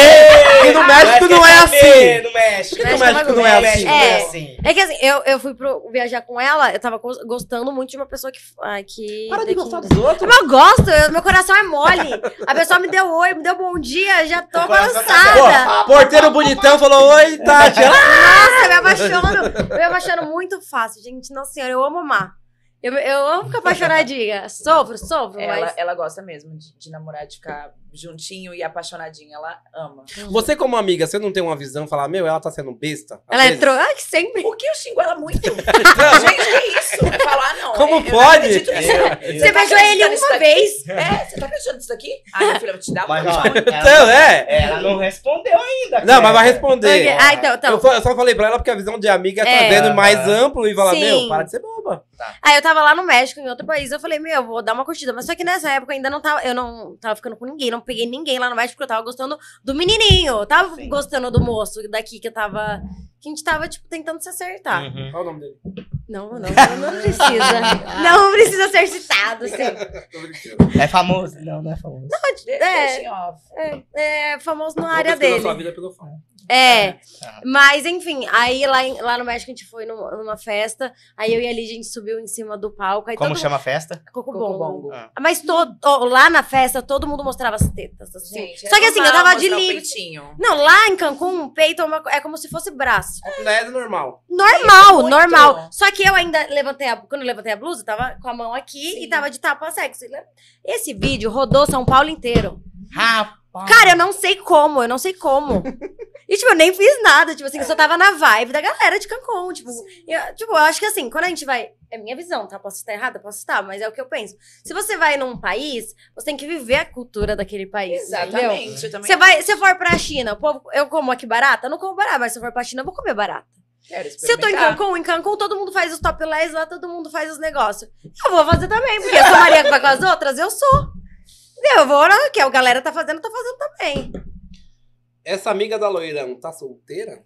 que no
Mas
México
quer
não é
saber,
assim.
No México.
Por que no México não é assim?
México não
É.
assim.
É que assim, eu, eu fui pro, viajar com ela, eu tava gos- gostando muito de uma pessoa que. Ai, que
Para de
daqui-
gostar dos outros.
Mas eu gosto, eu- meu coração é mole. A pessoa me deu oi, me deu bom dia, eu já tô
O coração tá
balançada.
Pô, porteiro bonitão falou, oi, Tati. Ela-
Nossa, eu me apaixono. Eu me apaixono muito fácil, gente. Nossa senhora, eu amo amar. Eu, eu amo ficar apaixonadinha. Sofro, sofro,
Ela,
mas.
ela gosta mesmo de, de namorar, de ficar juntinho e apaixonadinha. Ela ama.
Você, como amiga, você não tem uma visão, falar, meu, ela tá sendo besta? às
Ela
vezes?
entrou. Ai, que sempre.
Por que eu xingo ela muito? Gente, que isso? Falar não. é,
Como
Eu- eu não
pode?
acredito nisso.
Eu-
Você beijou ele
acreditando nisso
uma
tá daqui?
vez.
É, você tá acreditando nisso daqui? Ai, minha filha, eu vou te dar um uma.
Mas ó,
Então,
ela,
é.
ela não respondeu ainda.
Não, mas vai
cara.
responder.
Ah, então, então.
Eu, só, eu só falei pra ela porque a visão de amiga tá
É.
vendo mais
Ah.
amplo e fala,
Sim.
meu, para de ser boba.
Aí eu tava lá no México, em outro país, eu falei, meu, eu vou dar uma curtida. Mas só que nessa época eu ainda não tava, eu não tava ficando com ninguém, não peguei ninguém lá no México, porque eu tava gostando do menininho, eu tava
Sim.
gostando do moço daqui que eu tava, que a gente tava, tipo, tentando se acertar.
Uhum.
Qual o nome dele?
Não, não, não, não precisa. não precisa ser citado, assim.
É famoso? Não,
né?
não é famoso.
Deixa em off.
É famoso na
Não
área
pesquisa
dele.
sua vida pelo fone.
É.
Ah.
Mas, enfim, aí lá, em- lá no México a gente foi numa, numa festa, aí eu e a Lidia, a gente subiu em cima do palco, aí
Como
todo
chama a festa?
mundo... Coco
Coco
Bongo.
bongo.
Ah.
Mas todo, ó, lá na festa, todo mundo mostrava as tetas, assim.
Gente, é
Só que assim, eu
normal
tava de
mostrar o
livre.
peitinho.
Não, lá em Cancún, o peito é, uma co- é como se fosse braço.
Não é normal.
Normal,
muito.
normal. Só que eu ainda levantei a... Quando eu levantei a blusa, eu tava com a mão aqui
Sim.
e tava de tapa a sexo. Esse vídeo rodou São Paulo inteiro.
Rapaz!
Cara, eu não sei como, eu não sei como. E, tipo, eu nem fiz nada. Tipo assim, eu só
É.
tava na vibe da galera de Cancún. Tipo, eu, tipo, eu acho que assim, quando a gente vai. É minha visão, tá? Posso estar errada, posso estar, mas é o que eu penso. Se você vai num país, você tem que viver a cultura daquele país. Entendeu?
Exatamente. Eu também
Você vai, se eu for pra China, o povo, eu como aqui barata? Eu não como barata, mas se eu for pra China, eu vou comer barata.
quero
Se eu tô em
experimentar.
Cancún, em Cancún todo mundo faz os top lés, lá todo mundo faz os negócios. Eu vou fazer também, porque eu sou Maria que vai com as outras, eu sou. Eu vou, o que a galera tá fazendo, tá fazendo também.
Essa amiga da loirão tá solteira?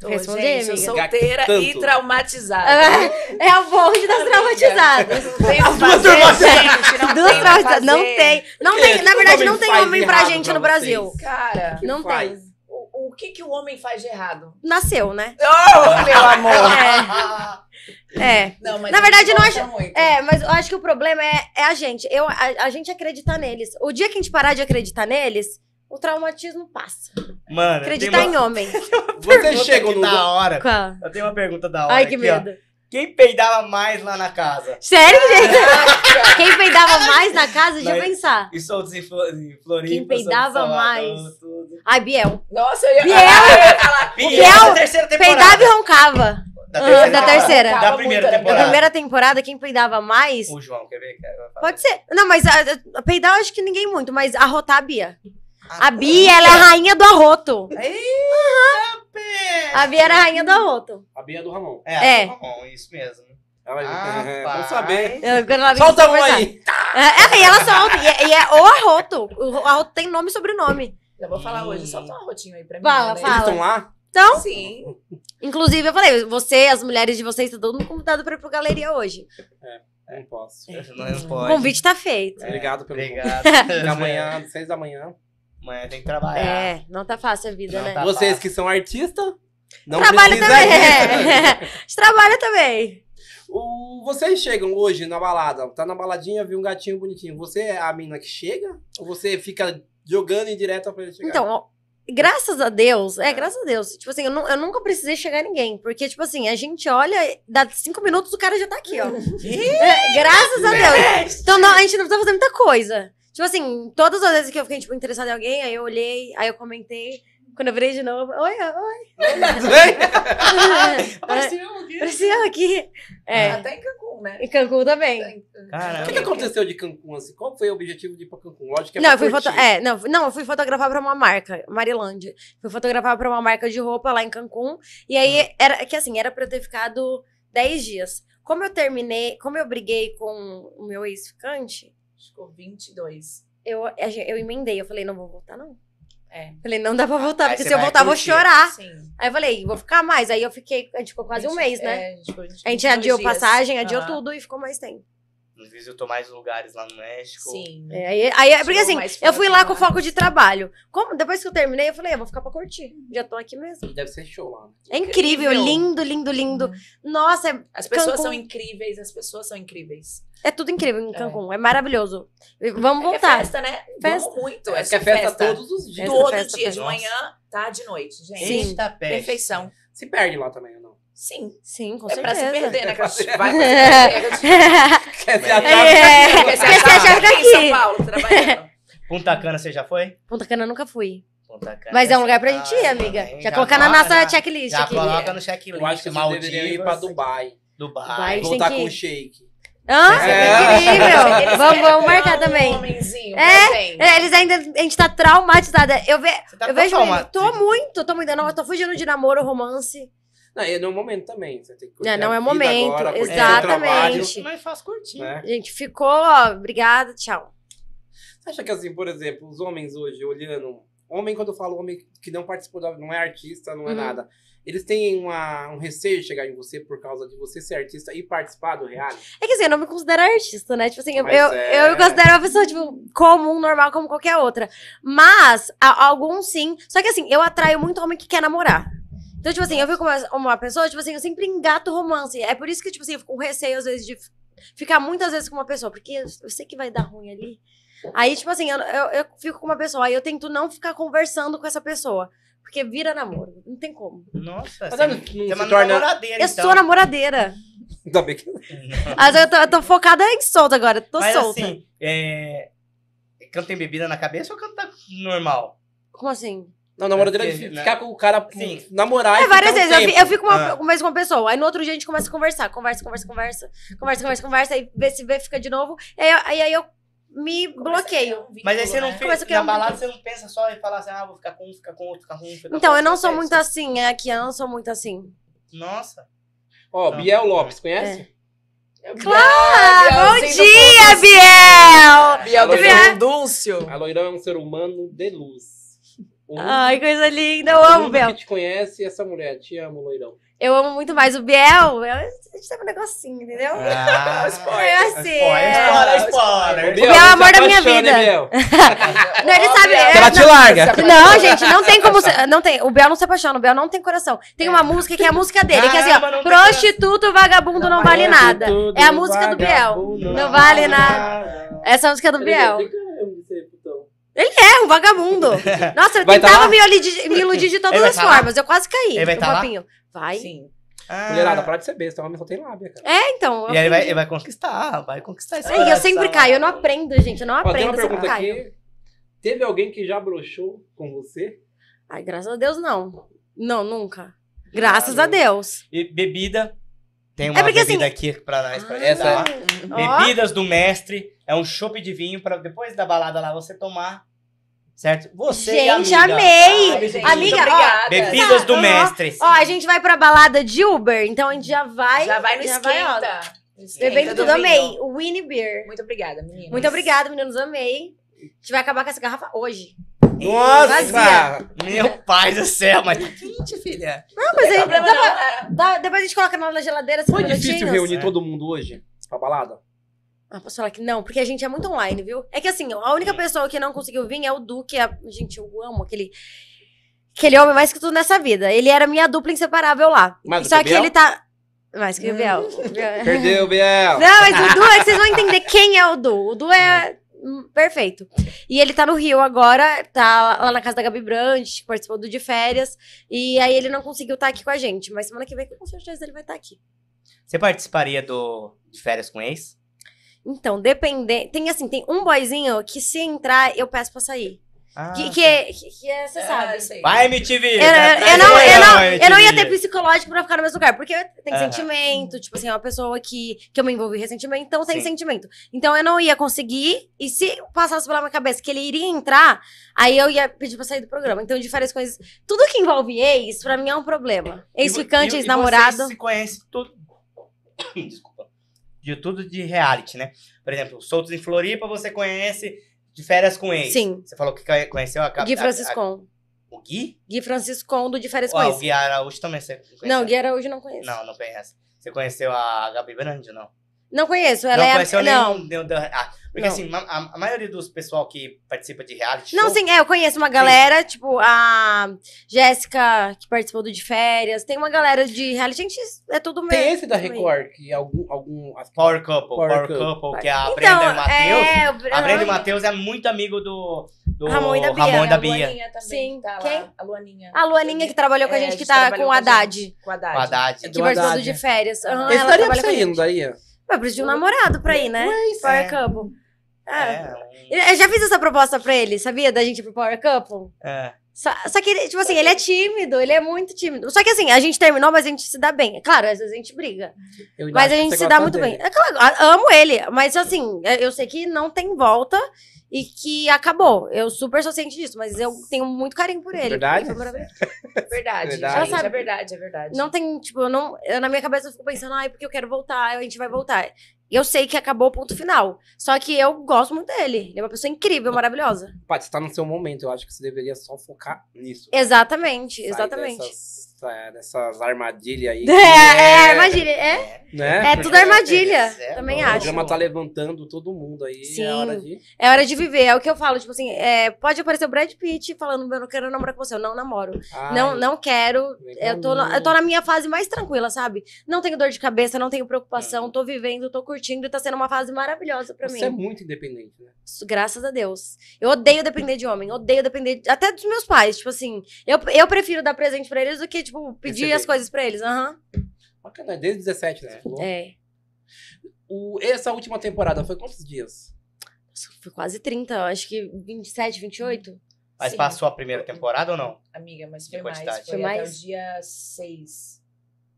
Tô,
Responde,
gente, eu
amiga.
solteira e
Tanto.
traumatizada.
É, é o bonde das traumatizadas.
Tem o
duas
que fazer,
traumatizadas.
gente,
Duas
não tem o que
traumatizadas. Não
fazer.
tem. Não
Que
tem.
que
Na
o
verdade,
homem
não tem
faz
homem pra
errado
gente
pra
no Brasil.
vocês?
Cara,
Não
faz?
tem.
o, o que que o homem faz de errado?
Nasceu, né?
Oh, meu amor!
É. é.
Não, mas
Na verdade,
ele
não
gosta muito.
É, mas eu acho que o problema é, é a gente. Eu, a, a gente acreditar neles. O dia que a gente parar de acreditar neles, o traumatismo passa.
Mano,
Acreditar em homem.
Você chegou no.
da hora.
Qual?
Eu tenho uma pergunta da hora.
Ai, que
aqui, ó.
medo.
Quem peidava mais lá na casa?
Sério, gente? Quem peidava mais na casa, deixa eu
Mas-
pensar.
E Soutos e Flo- e Floripa.
Quem peidava
São Salvador,
mais?
tudo.
Ai, Biel.
Nossa, eu ia,
Biel!
eu ia falar.
Biel, da terceira temporada.
Peidava e roncava.
Da
Ah,
terceira.
da terceira.
Da primeira
Da
Na
temporada.
primeira temporada, quem peidava mais.
O João, quer ver? cara?
Pode ser. Não, mas a, a- peidar eu acho que ninguém muito, mas arrotar a Bia. A Bia, ela é a rainha do arroto.
Eita, pé.
A Bia era a rainha do arroto.
A Bia do Ramon.
É,
É.
tá bom, isso mesmo.
Ela,
Ah,
é,
Rapaz.
vamos saber.
Eu- quando ela vem
Solta um
conversar.
aí.
É, é, e ela solta. E é, e é o arroto. O arroto tem nome e sobrenome.
Eu vou falar
Ih.
hoje, solta um arrotinho aí pra mim.
Fala,
né?
Eles
fala.
estão lá?
Então,
Sim.
inclusive, eu falei, você, as mulheres de vocês, tá todo mundo convidado pra ir pro galeria hoje.
Não posso.
Não
O
pode.
convite tá feito.
Obrigado pelo convite.
Obrigado.
Até amanhã, seis da manhã.
Amanhã tem que trabalhar.
É, não tá fácil a vida,
Ah, Não
né?
tá.
Vocês que são artistas, não
Trabalho
precisa
também.
disso.
É. A gente trabalha também.
O- vocês chegam hoje na balada, tá na baladinha, viu um gatinho bonitinho. Você é a mina que chega? Ou você fica jogando em direto pra ele chegar?
Então, ó, graças a Deus, é, graças a Deus. Tipo assim, eu, nu- eu nunca precisei chegar a ninguém. Porque, tipo assim, a gente olha, dá cinco minutos, o cara já tá aqui, ó. É, graças a Deus. Então, não, a gente não precisa fazer muita coisa. Tipo assim, todas as vezes que eu fiquei, tipo, interessada em alguém, aí eu olhei, aí eu comentei. Quando eu virei de novo, oi, oi.
Tudo bem?
Apareceu aqui. Apareceu aqui. É.
É, Até em Cancún, né?
Em Cancún também.
o
Caramba.
que, que aconteceu de Cancún assim? Qual foi o objetivo de ir pra Cancún? Lógico que é
não,
pra
eu fui foto...
curtir.
é, não, não, eu fui fotografar pra uma marca, Marilândia. Fui fotografar pra uma marca de roupa lá em Cancún. E aí,
Uhum.
era que assim, era pra eu ter ficado 10 dias. Como eu terminei, como eu briguei com o meu ex-ficante,
Ficou 22.
eu, a gen- eu emendei. Eu falei, não vou voltar, não.
É.
Falei, não dá pra voltar,
Aí
porque
você
se eu
vai
voltar, eu vou
curtir.
chorar.
Sim.
Aí eu falei, vou ficar mais. Aí eu fiquei, a gente ficou Ah, quase um
Gente,
mês, né?
é, a gente ficou
A gente
22
adiou
dias.
passagem, adiou
Aham.
tudo e ficou mais tempo.
Visitou mais lugares lá no México.
Sim.
É, aí, aí, é porque
Tirou
assim,
mais
eu fui lá
foto,
com
né?
foco de trabalho. Como, depois que eu terminei, eu falei, eu vou ficar pra curtir. Já tô aqui mesmo.
Deve ser show lá. né?
É incrível,
Incrível. Uhum.
lindo, lindo, lindo. Nossa, é,
As pessoas
Cancún.
são incríveis, as pessoas são incríveis.
é tudo incrível em
É.
Cancún, é, maravilhoso. E Então Vamos
É que é
voltar.
festa, né?
Festa.
Vamos muito.
É
É
que é festa, todos os dias.
Então, Festa.
Todo dia, de
Nossa.
manhã, tá, de noite, gente.
Sim.
Eita peste.
Perfeição.
Se perde lá também, ou não?
Sim.
Sim, com
é pra se
certeza.
perder, né? que a gente Vai pra se perder.
Quer se
É.
achar?
É,
Quer se
quer se achar
achar aqui em São
daqui.
Paulo, trabalhando.
Punta Cana, você já foi?
Punta Cana eu nunca fui.
Punta Cana.
Mas é um lugar pra
Ah,
gente ir, amiga.
também.
Já colocar na
coloca,
nossa
já-
checklist
Já
aqui.
coloca no checklist.
Eu acho que vocês
Maldivas,
deveriam ir pra Dubai.
Dubai.
Vai. Eles têm
Voltar
que-
com o shake.
Hã?
É.
Incrível.
Eles
Vamos, vamos
querem dar
marcar
um
também.
homenzinho
É,
pra gente.
É, Eles ainda. A gente tá traumatizada. Eu, ve,
Você tá
eu vejo.
é
trauma-
Tô
É,
muito, tô muito. Não, eu tô fugindo de namoro, romance.
Não, e não é o momento também. Você tem que curtir
Não, não
a
é o
vida
momento,
agora, curtir o
exatamente.
trabalho,
Mas faz curtir.
né?
A gente ficou, ó, obrigada, tchau.
Você acha que, assim, por exemplo, os homens hoje olhando. Homem, quando eu falo homem que não participou da. não é artista, não é
Uhum.
nada. Eles têm uma- um receio de chegar em você por causa de você ser artista e participar do reality?
É que assim, eu não me considero artista, né? Tipo assim, eu,
Mas
eu,
é.
eu me considero uma pessoa, tipo, comum, normal, como qualquer outra. Mas, a- alguns sim. Só que assim, eu atraio muito homem que quer namorar. Então, tipo assim, eu fico com uma, uma pessoa, tipo assim, eu sempre engato romance. É por isso que, tipo assim, eu fico com receio, às vezes, de f- ficar muitas vezes com uma pessoa. Porque eu, eu sei que vai dar ruim ali. Aí, tipo assim, eu, eu, eu fico com uma pessoa, aí eu tento não ficar conversando com essa pessoa. Porque vira namoro. Não tem como.
Nossa,
Mas
você,
não, não
você é
se
uma
torna.
namoradeira,
Eu
então.
sou namoradeira.
Ainda bem que-
Mas eu tô, eu tô focada em solta agora. Tô
Mas
solta.
assim, é... Canto tem bebida na cabeça ou canto tá normal?
Como assim?
Não, namoradeira é
Porque,
de
né?
ficar com o cara.
Sim.
Namorar. e
É, várias
ficar um
vezes. Eu fi-
tempo.
Eu fico uma,
Ah.
converso com uma pessoa. Aí no outro dia a gente começa a conversar. Conversa, conversa, conversa. Conversa, conversa, conversa. Aí vê se vê, fica de novo. E aí, eu- aí, aí eu me bloqueio.
um
Mas aí você não
fica.
fez,
Começa a
na
criar um-
balada você não pensa só em falar assim, ah, vou ficar com um, ficar com outro, ficar com um, ficar com
Então, eu
outro,
não sou
você
muito
pensa.
assim. É aqui, eu não sou muito assim.
Nossa.
Ó,
Não.
Biel Lopes, conhece?
né?
Ah,
Biel,
bom
sim,
dia, Biel!
Biel do
um
Biel.
Dúncio.
A Loirão é um ser humano de luz. O
Ai, coisa linda. Eu
único- o
amo o
único
Biel.
que te conhece é essa mulher. Te amo, Loirão.
Eu amo muito mais o Biel. Eu- A gente tem um negocinho, entendeu?
Ah,
É assim.
Spoiler,
é.
É.
spoiler,
Biel,
spoiler.
é o
você
amor da minha
apaixona,
vida.
hein, Biel?
Não, ele sabe. é,
Ela te
não-
larga.
Não, gente, não tem como. se- Não tem. O Bel não se apaixona, o Bel não tem coração. Tem uma música que é a música dele, que é assim,
Caramba, não
ó.
tem
Prostituto vagabundo não vale nada.
Tudo
É a música do Biel.
vagabundo,
Não
Ah.
vale nada. Essa é a música do Biel. É, um vagabundo. Nossa, eu
Vai tá
tentava
lá?
me, iludi- me iludir de todas
Ele vai
as
tá lá?
formas. Eu quase caí
Ele vai
no
tá lá?
papinho. Vai.
Sim.
Ah.
Mulherada, para de ser besta. Homem só tem lábia, cara.
É, então.
E aí ele vai,
aprendi.
ele vai conquistar, vai conquistar esse
Ai, eu
coração.
sempre caio, eu não aprendo, gente. Eu não
Ó, tem uma
aprendo, eu sempre
pergunta
caio.
aqui. Teve alguém que já broxou com você?
Ai, graças a Deus, não. Não, nunca. Graças a
Caramba.
Deus.
E bebida. Tem uma
É porque, assim,
bebida aqui pra nós. Pra
Ah.
essa,
Ó.
é Bebidas do mestre. É um chopp de vinho pra depois da balada lá você tomar. certo? Você e a
gente,
amiga.
amei!
Ai, gente,
Amiga,
muito
obrigada.
Bebidas do
Ó,
mestre.
Ó, a gente vai pra balada de Uber, então a gente já vai.
Já vai no
já vai, ó.
esquenta. Esquenta
Bebendo
do
tudo, amei.
vinho.
Winnie Beer.
Muito obrigada, meninas.
Muito obrigada, meninos, amei. A gente vai acabar com essa garrafa hoje.
Nossa!
Vazia.
Meu pai do céu, mas tá quente, filha.
Não, mas aí,
Não tem
dá pra-
problema, não.
dá- depois a gente coloca na geladeira. cinco
Foi difícil
minutinhos.
reunir
É.
todo mundo hoje pra balada?
Ah, posso falar que não, porque a gente é muito online, viu? É que assim, a única pessoa que não conseguiu vir é o Duque. A... Gente, eu amo aquele. Aquele homem mais que tudo nessa vida. Ele era minha dupla inseparável lá.
Mais Ah, do
Só
que o
que
Biel?
ele tá. Mais que o Biel.
Perdeu, Biel!
Não, mas o Du, é que vocês vão entender quem é o Du. O Du é hum, perfeito. E ele tá no Rio agora, tá lá na casa da Gabi Brandt, participou do de férias. E aí ele não conseguiu estar aqui com a gente. Mas semana que vem, com certeza, ele vai estar aqui.
Você participaria do de férias com ex?
Então, dependendo. Tem assim, tem um boyzinho que se entrar, eu peço pra sair.
Ah,
que, que, é- que, que é, você
Ah,
sabe.
isso aí.
Vai, MTV!
Eu,
tá
eu- eu não, eu, não,
traição,
eu não ia ter
MTV.
psicológico pra ficar no mesmo lugar, porque tem
Aham.
sentimento, tipo assim, é uma pessoa que, que eu me envolvi recentemente, então tem
Sim.
sentimento. Então eu não ia conseguir, e se passasse pela minha cabeça que ele iria entrar, aí eu ia pedir pra sair do programa. Então, de várias coisas, tudo que envolve ex, pra mim é um problema.
E
Ex-ficante,
vo- e- e
ex-namorado.
vocês se conhece tudo. Desculpa. De tudo de reality, né? Por exemplo, Soltos em Floripa, você conhece de férias com ex.
Sim.
Você falou que conhe- conheceu a. a-
Gui
a-
Franciscon.
a- o Gui?
Gui Franciscon do De Férias
Ou, ah, o
Coisas.
Gui Araújo também você conheceu?
Não, Gui é Araújo não conheço. Não,
Não, não conhece. Você conheceu a Gabi Brandi, não?
conheço, ela
não
é.
conheceu
não.
nenhum. nenhum da- ah, porque
Não.
assim, ma- a, a maioria dos pessoal que participa de reality
Não,
show,
sim, é, eu conheço uma galera, tipo, a Jéssica, que participou do De Férias. Tem uma galera de reality. Gente, é tudo mesmo.
Tem esse da Record, que algum. algum
Power Couple,
Power
Power,
Couple.
Couple, que é a
Então,
Brenda e o Matheus.
é, o Breno-
A Brenda e o Matheus é muito amigo do, do
Ramon e da Bia.
Ramon
Tem
e da
a
Bia.
Luaninha também,
Sim.
que tá lá.
Quem?
A Luaninha.
A Luaninha que trabalhou com a
É,
gente, que tá
trabalhou
com o
a
Haddad.
gente, Com o
Com
Haddad.
a Haddad.
É
Que participou do
Haddad,
De
é.
Férias. Aham,
Esse
ela
daria pra
trabalha com a
sair, não
gente.
daria?
Mas precisa de um namorado pra ir, né? Power
é.
Couple. É.
É,
Eu já fiz essa proposta pra ele, sabia? Da gente ir pro Power Couple.
é.
Só, só que, ele, tipo assim, ele é tímido, ele é muito tímido. Só que assim, a gente terminou, mas a gente se dá bem. É Claro, às vezes a gente briga.
Eu ainda
Mas
acho
a
que
gente
você
se
gosta
dá muito
dele.
bem. É claro, a- amo ele, mas assim, é- eu sei que não tem volta e que acabou. Eu super sou ciente disso, mas eu tenho muito carinho por ele.
É Verdade?
porque foi maravilhoso.
É verdade.
Verdade.
gente,
Ela sabe.
É verdade, é verdade.
Não tem, tipo, eu não, eu, na minha cabeça eu fico pensando, ai, porque eu quero voltar, a gente vai voltar. Eu sei que acabou o ponto final. Só que eu gosto muito dele. Ele é uma pessoa incrível, maravilhosa.
Paty, você tá no seu momento. Eu acho que você deveria só focar nisso.
Exatamente,
Sai
exatamente.
Dessas, é, dessas armadilhas aí.
É, é, imagina, é.
Né?
É
Porque
tudo armadilha,
É,
também
mano,
O
acho.
programa tá levantando todo mundo aí.
Sim.
É hora de.
É hora de viver, é o que eu falo, tipo assim, é, pode aparecer o Brad Pitt falando, eu não quero namorar com você, eu não namoro.
Ai,
Não, não quero.
vem pra
Eu tô, na-
mim.
eu tô na minha fase mais tranquila, sabe? Não tenho dor de cabeça, não tenho preocupação, tô vivendo, tô curtindo e tá sendo uma fase maravilhosa pra
É. Você é
mim.
muito independente, né?
Isso, Graças a Deus. Eu odeio depender de homem, odeio depender de- até dos meus pais. Tipo assim, eu, eu prefiro dar presente pra eles do que, tipo, pedir
Receber.
as coisas pra eles. Aham.
Bacana, desde 17, né? Você falou.
É.
O, essa última temporada foi quantos dias?
Nossa, Foi quase 30, eu acho que 27, 28.
Mas
Sim.
passou a primeira temporada ou não?
Amiga, mas
De
foi mais.
quantidade.
Foi,
Foi
até
mais?
o dia 6.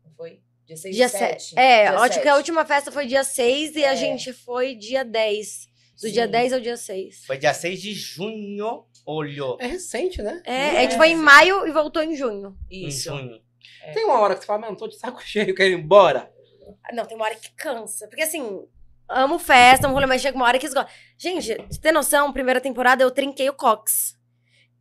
Não foi? Dia 6
Dia
e 7.
se- É,
Dia
acho que a
7.
última festa foi dia 6 e a
É.
gente foi dia 10. Do dia
Sim.
10 ao dia 6.
Foi dia 6 de junho, olhou.
É recente, né?
É, a gente foi em maio e voltou em junho.
Em
Isso.
junho.
Tem uma hora que você fala, mano, tô de saco cheio, quero ir embora.
Ah, Não, tem uma hora que cansa. Porque assim, amo festa, amo rolê, mas chega uma hora que esgota. Gente, pra você ter noção, primeira temporada eu trinquei o Cox.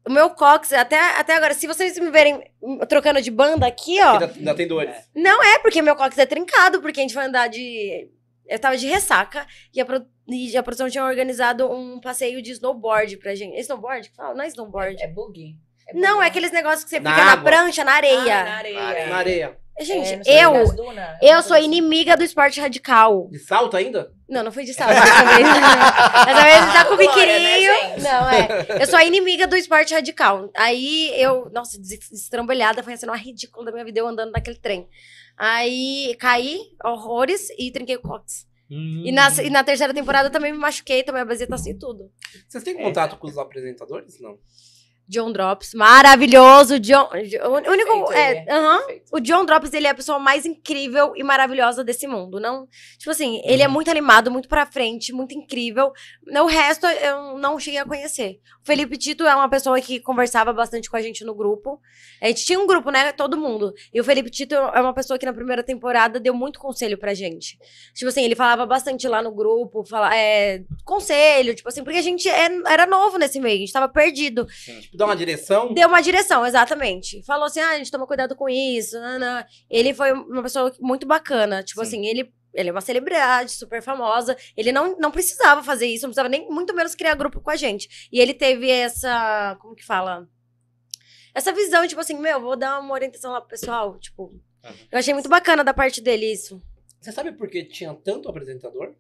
O meu Cox, até, até agora, se vocês me verem hum, trocando de banda aqui, ó.
Ainda, ainda tem dores.
Não é, porque meu Cox é trincado, porque a gente foi andar de. Eu tava de ressaca e a, pro- e a produção tinha organizado um passeio de snowboard pra gente. É Snowboard? que Fala, não é snowboard.
É bug?
Não, é
bug.
aqueles negócios que você
Na
fica na
água.
prancha, na
Ah, na
areia.
areia.
Na areia.
Gente,
É, não sei,
eu.
nas dunas.
Eu sou inimiga do esporte radical.
De salto ainda?
Não, não foi de salto. Dessa vez, dessa vez tá com o
Glória,
biquininho.
né, gente?
não, é. Eu sou a inimiga do esporte radical. Aí eu, nossa, des- destrambelhada, foi sendo uma ridícula da minha vida eu andando naquele trem. Aí caí, horrores, e trinquei o cox.
Hum,
E, na, e na terceira temporada eu também me machuquei, tomei a bazeta assim tudo.
Vocês têm
É.
contato com os apresentadores? Não.
John Drops, maravilhoso. John, o único,
Perfeito,
é,
ele é.
aham.
Perfeito.
O John Drops, ele é a pessoa mais incrível e maravilhosa desse mundo, não? Tipo assim, ele é muito animado, muito pra frente, muito incrível. O resto eu não cheguei a conhecer. O Felipe Tito é uma pessoa que conversava bastante com a gente no grupo. A gente tinha um grupo, né? Todo mundo. E o Felipe Tito é uma pessoa que na primeira temporada deu muito conselho pra gente. Tipo assim, ele falava bastante lá no grupo, fala, é, conselho, tipo assim, porque a gente é- era novo nesse meio, a gente tava perdido.
Tipo, dá uma direção.
Deu uma direção, exatamente. Falou assim: ah, a gente toma cuidado com isso. nanã. Ele foi uma pessoa muito bacana. Tipo
Sim.
assim, ele, ele é uma celebridade super famosa. Ele não, não precisava fazer isso, não precisava nem muito menos criar grupo com a gente. E ele teve essa. Como que fala? Essa visão, tipo assim, meu, vou dar uma orientação lá pro pessoal. Tipo, eu achei muito bacana da parte dele isso.
Você sabe por que tinha tanto apresentador?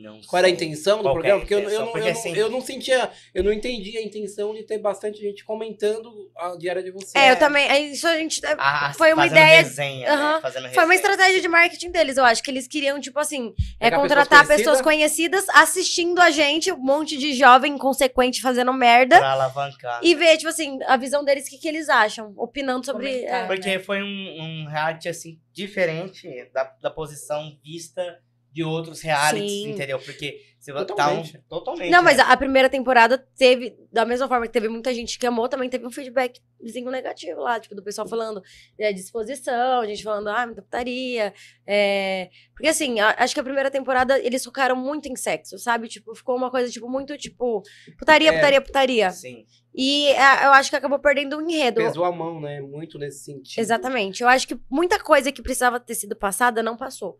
Não
Qual era a
sei.
intenção do
Qual que é a
programa? Porque eu, eu,
intenção?
não,
Porque
eu,
assim-
não, eu não sentia, eu não entendi a intenção de ter bastante gente comentando a diária de você.
É, eu também. é, Isso a gente. é,
Ah,
Foi uma
fazendo
ideia-
Resenha, né?
Aham.
Fazendo
Foi
resenha.
uma estratégia de marketing deles, eu acho, que eles queriam, tipo assim,
Pegar
é
pessoas
contratar
conhecidas.
pessoas conhecidas assistindo a gente, um monte de jovem inconsequente fazendo merda,
Pra alavancar.
e ver, tipo assim, a visão deles, o que, que eles acham, opinando sobre.
Comentar.
é.
Porque foi um, um reality, assim, diferente da, da posição vista de outros realities,
Sim.
entendeu? Porque você
Totalmente.
tá um... Totalmente.
Não, mas
né?
a a primeira temporada teve, da mesma forma que teve muita gente que amou, também teve um feedbackzinho negativo lá, tipo, do pessoal falando é, disposição, gente falando, ah, muita putaria. é. Porque assim, a- acho que a primeira temporada eles focaram muito em sexo, sabe? Tipo, ficou uma coisa, tipo, muito, tipo, putaria,
É.
putaria, putaria.
Sim.
E a- eu acho que acabou perdendo o enredo.
Pesou a mão, né? Muito nesse sentido.
Exatamente. Eu acho que muita coisa que precisava ter sido passada não passou.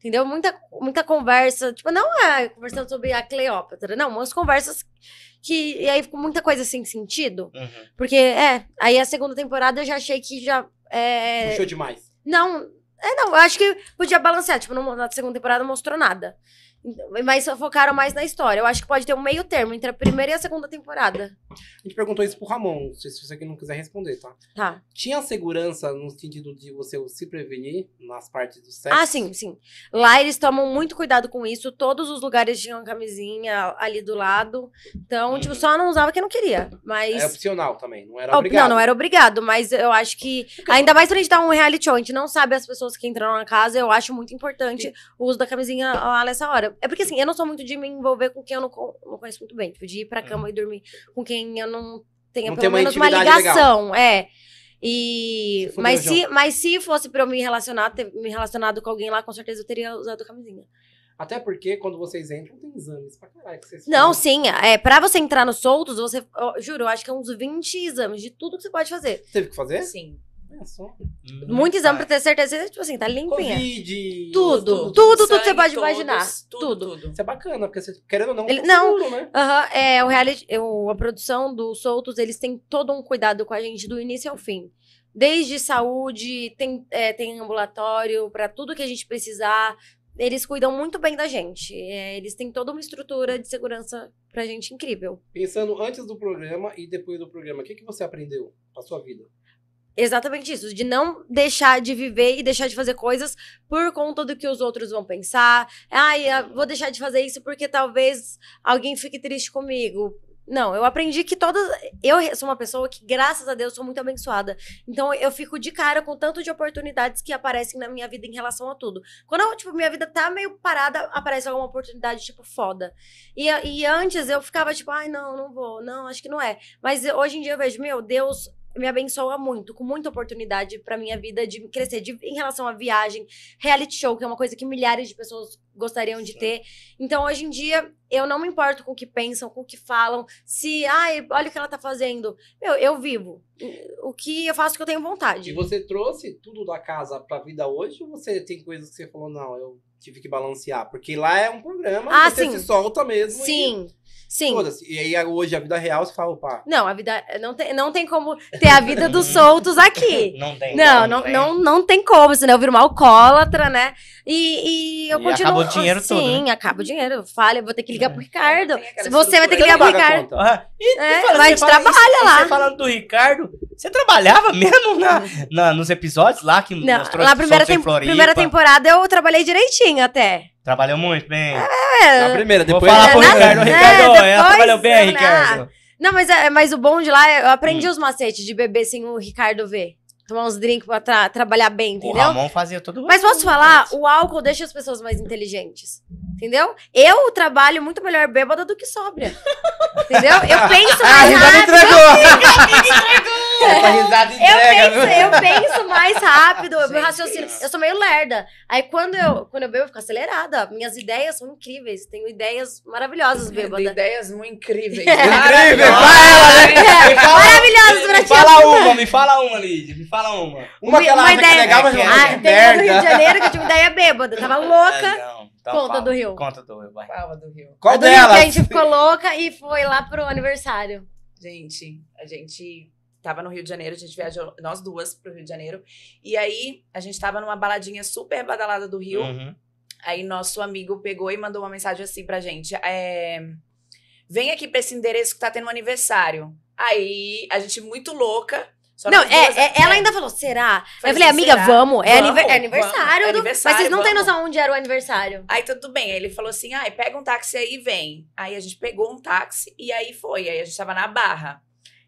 Entendeu? Muita, muita conversa, tipo, não é conversando sobre a Cleópatra, não, umas conversas que. E aí ficou muita coisa sem sentido.
Uhum.
Porque, é, aí a segunda temporada eu já achei que já. É,
Puxou demais.
não, é não, eu acho que podia balancear, tipo, não- na segunda temporada não mostrou nada. Então, Mas só focaram mais na história. Eu acho que pode ter um meio termo entre a primeira e a segunda temporada.
A gente perguntou isso pro Ramon, se se você aqui não quiser responder, tá?
Tá.
Tinha segurança no sentido de você se prevenir nas partes do sexo?
Ah, sim, sim. Lá eles tomam muito cuidado com isso. Todos os lugares tinham camisinha ali do lado. Então,
Uhum.
tipo, só não usava quem não queria. Mas.
É opcional também, não era
Op-
obrigado.
Não, é- não era obrigado, mas eu acho que. Ainda mais pra gente dar um reality show, a gente não sabe as pessoas que entraram na casa, eu acho muito importante o uso da camisinha lá nessa hora. É porque assim, eu não sou muito de me envolver com quem eu não, con- não conheço muito bem. Tipo, de ir pra cama e dormir com quem eu não tenha
Hum. Não tem
pelo
uma
menos uma
intimidade legal.
ligação. É. E.
Se fudeu,
Mas
João.
se, mas se fosse pra eu me relacionar, ter me relacionado com alguém lá, com certeza eu teria usado camisinha.
Até porque quando vocês entram, tem exames pra caralho que vocês
Não,
fazem.
sim. É, pra você entrar nos soltos, você. eu juro, eu acho que é uns 20 exames de tudo que você pode fazer.
Teve que fazer?
Sim.
É só.
Muito exame pra ter certeza, que, tipo assim, tá limpinha.
Covid.
Tudo, tudo que você
Sangue,
pode
todos,
imaginar. Tudo.
Tudo, tudo.
Isso é bacana, porque você, querendo ou não,
Ele-
tá
não.
seguro, né?
Aham, é, o reality, eu- a produção do Soltos, eles têm todo um cuidado com a gente do início ao fim. Desde saúde, tem, é, tem ambulatório pra tudo que a gente precisar. Eles cuidam muito bem da gente. É, eles têm toda uma estrutura de segurança pra gente incrível.
Pensando antes do programa e depois do programa, o que, que você aprendeu na sua vida?
Exatamente isso, de não deixar de viver e deixar de fazer coisas por conta do que os outros vão pensar. Ai, ah, vou deixar de fazer isso porque talvez alguém fique triste comigo. Não, eu aprendi que todas. Eu re- sou uma pessoa que, graças a Deus, sou muito abençoada. Então, eu fico de cara com o tanto de oportunidades que aparecem na minha vida em relação a tudo. Quando, eu, tipo, minha vida tá meio parada, aparece alguma oportunidade, tipo, foda. E, e antes eu ficava, tipo, ai, não, não vou, não, acho que não é. Mas hoje em dia eu vejo, meu Deus, me abençoa muito, com muita oportunidade pra minha vida de crescer de- em relação à viagem, reality show, que é uma coisa que milhares de pessoas gostariam de
Sim.
ter. Então, hoje em dia, eu não me importo com o que pensam, com o que falam, se, ai, olha o que ela tá fazendo. Meu, eu vivo. O que eu faço que eu tenho
E
vontade.
você trouxe tudo da casa pra vida hoje ou você tem coisas que você falou, não, eu tive que balancear? Porque lá é um programa,
Ah,
você
sim.
se solta mesmo.
Sim,
E,
sim.
foda-se. e aí hoje a vida real você fala, opa,
Não, a vida. Não tem, não tem como ter a vida dos soltos aqui.
Não tem.
Não, não,
tem.
não, não tem como, senão eu viro uma alcoólatra, né? E, e eu
E
continuo.
acaba o dinheiro né? É.
Sim,
todo,
acaba o dinheiro. Falha, eu vou ter que ligar pro Ricardo.
Não tem aquela
Você vai ter que
você não
ligar
estrutura.
pro
paga a
Ricardo.
conta.
Ah, e
É,
tu fala-
mas
você fala
trabalha
isso-
lá.
Você falando do Ricardo, você trabalhava mesmo na, na- nos episódios lá que
Não,
mostrou
lá,
esse
primeira,
solto em
tem-
Floripa?
primeira temporada eu trabalhei direitinho até.
Trabalhou muito bem.
É,
Na primeira,
Vou
depois...
falar pro
na-
Ricardo.
é,
Ricardo, ela
depois,
trabalhou bem,
né?
Ricardo.
Não, mas, é- mas o bom de lá, é- eu aprendi
Hum.
os macetes de beber sem o Ricardo ver. Tomar uns drinks pra tra- trabalhar bem,
O
entendeu?
Ramon fazia todo
Mas posso falar, o álcool deixa as pessoas mais inteligentes. Entendeu? Eu trabalho muito melhor bêbada do que sóbria. entendeu? Eu penso
Ah, a
mais
risada
rápido.
entregou!
Essa risada
Eu
entrega,
penso, eu penso mais rápido, eu
Gente,
raciocino.
isso.
Eu sou meio lerda. Aí quando eu, quando eu bebo, eu fico acelerada. Minhas ideias são incríveis. Tenho ideias maravilhosas
De
bêbada.
ideias muito incríveis.
Incrível,
né? Me fala,
Maravilhosas pra
me
ti.
fala uma, me fala uma, Lid, me fala uma.
Uma que ela acha que é legal, mas
que
não
é-
Ah,
é
tem uma do Rio de
merda.
Janeiro que eu tive ideia bêbada. Tava louca.
Ah, não. Então
Conta
fala.
do Rio.
Conta do Rio, vai.
Fala do Rio.
Qual
A do Rio que
delas?
A gente ficou louca e foi lá pro aniversário.
Gente, a gente tava no Rio de Janeiro, a gente viajou, nós duas, pro Rio de Janeiro. E aí, a gente tava numa baladinha super badalada do Rio.
Uhum.
Aí nosso amigo pegou e mandou uma mensagem assim pra gente. é, Vem aqui pra esse endereço que tá tendo um aniversário. Aí a gente muito louca. só
não,
nós duas- né?
é, é- ela ainda falou, será?
Falei
eu falei,
assim,
amiga,
será?
vamos. É,
Vamos,
aniver- é
vamos.
aniversário,
É
do-
aniversário,
Mas vocês não têm
vamos.
noção onde era o aniversário.
Aí tudo bem. Aí ele falou assim: ai, pega um táxi aí e vem. Aí a gente pegou um táxi e aí foi. Aí a gente tava na barra.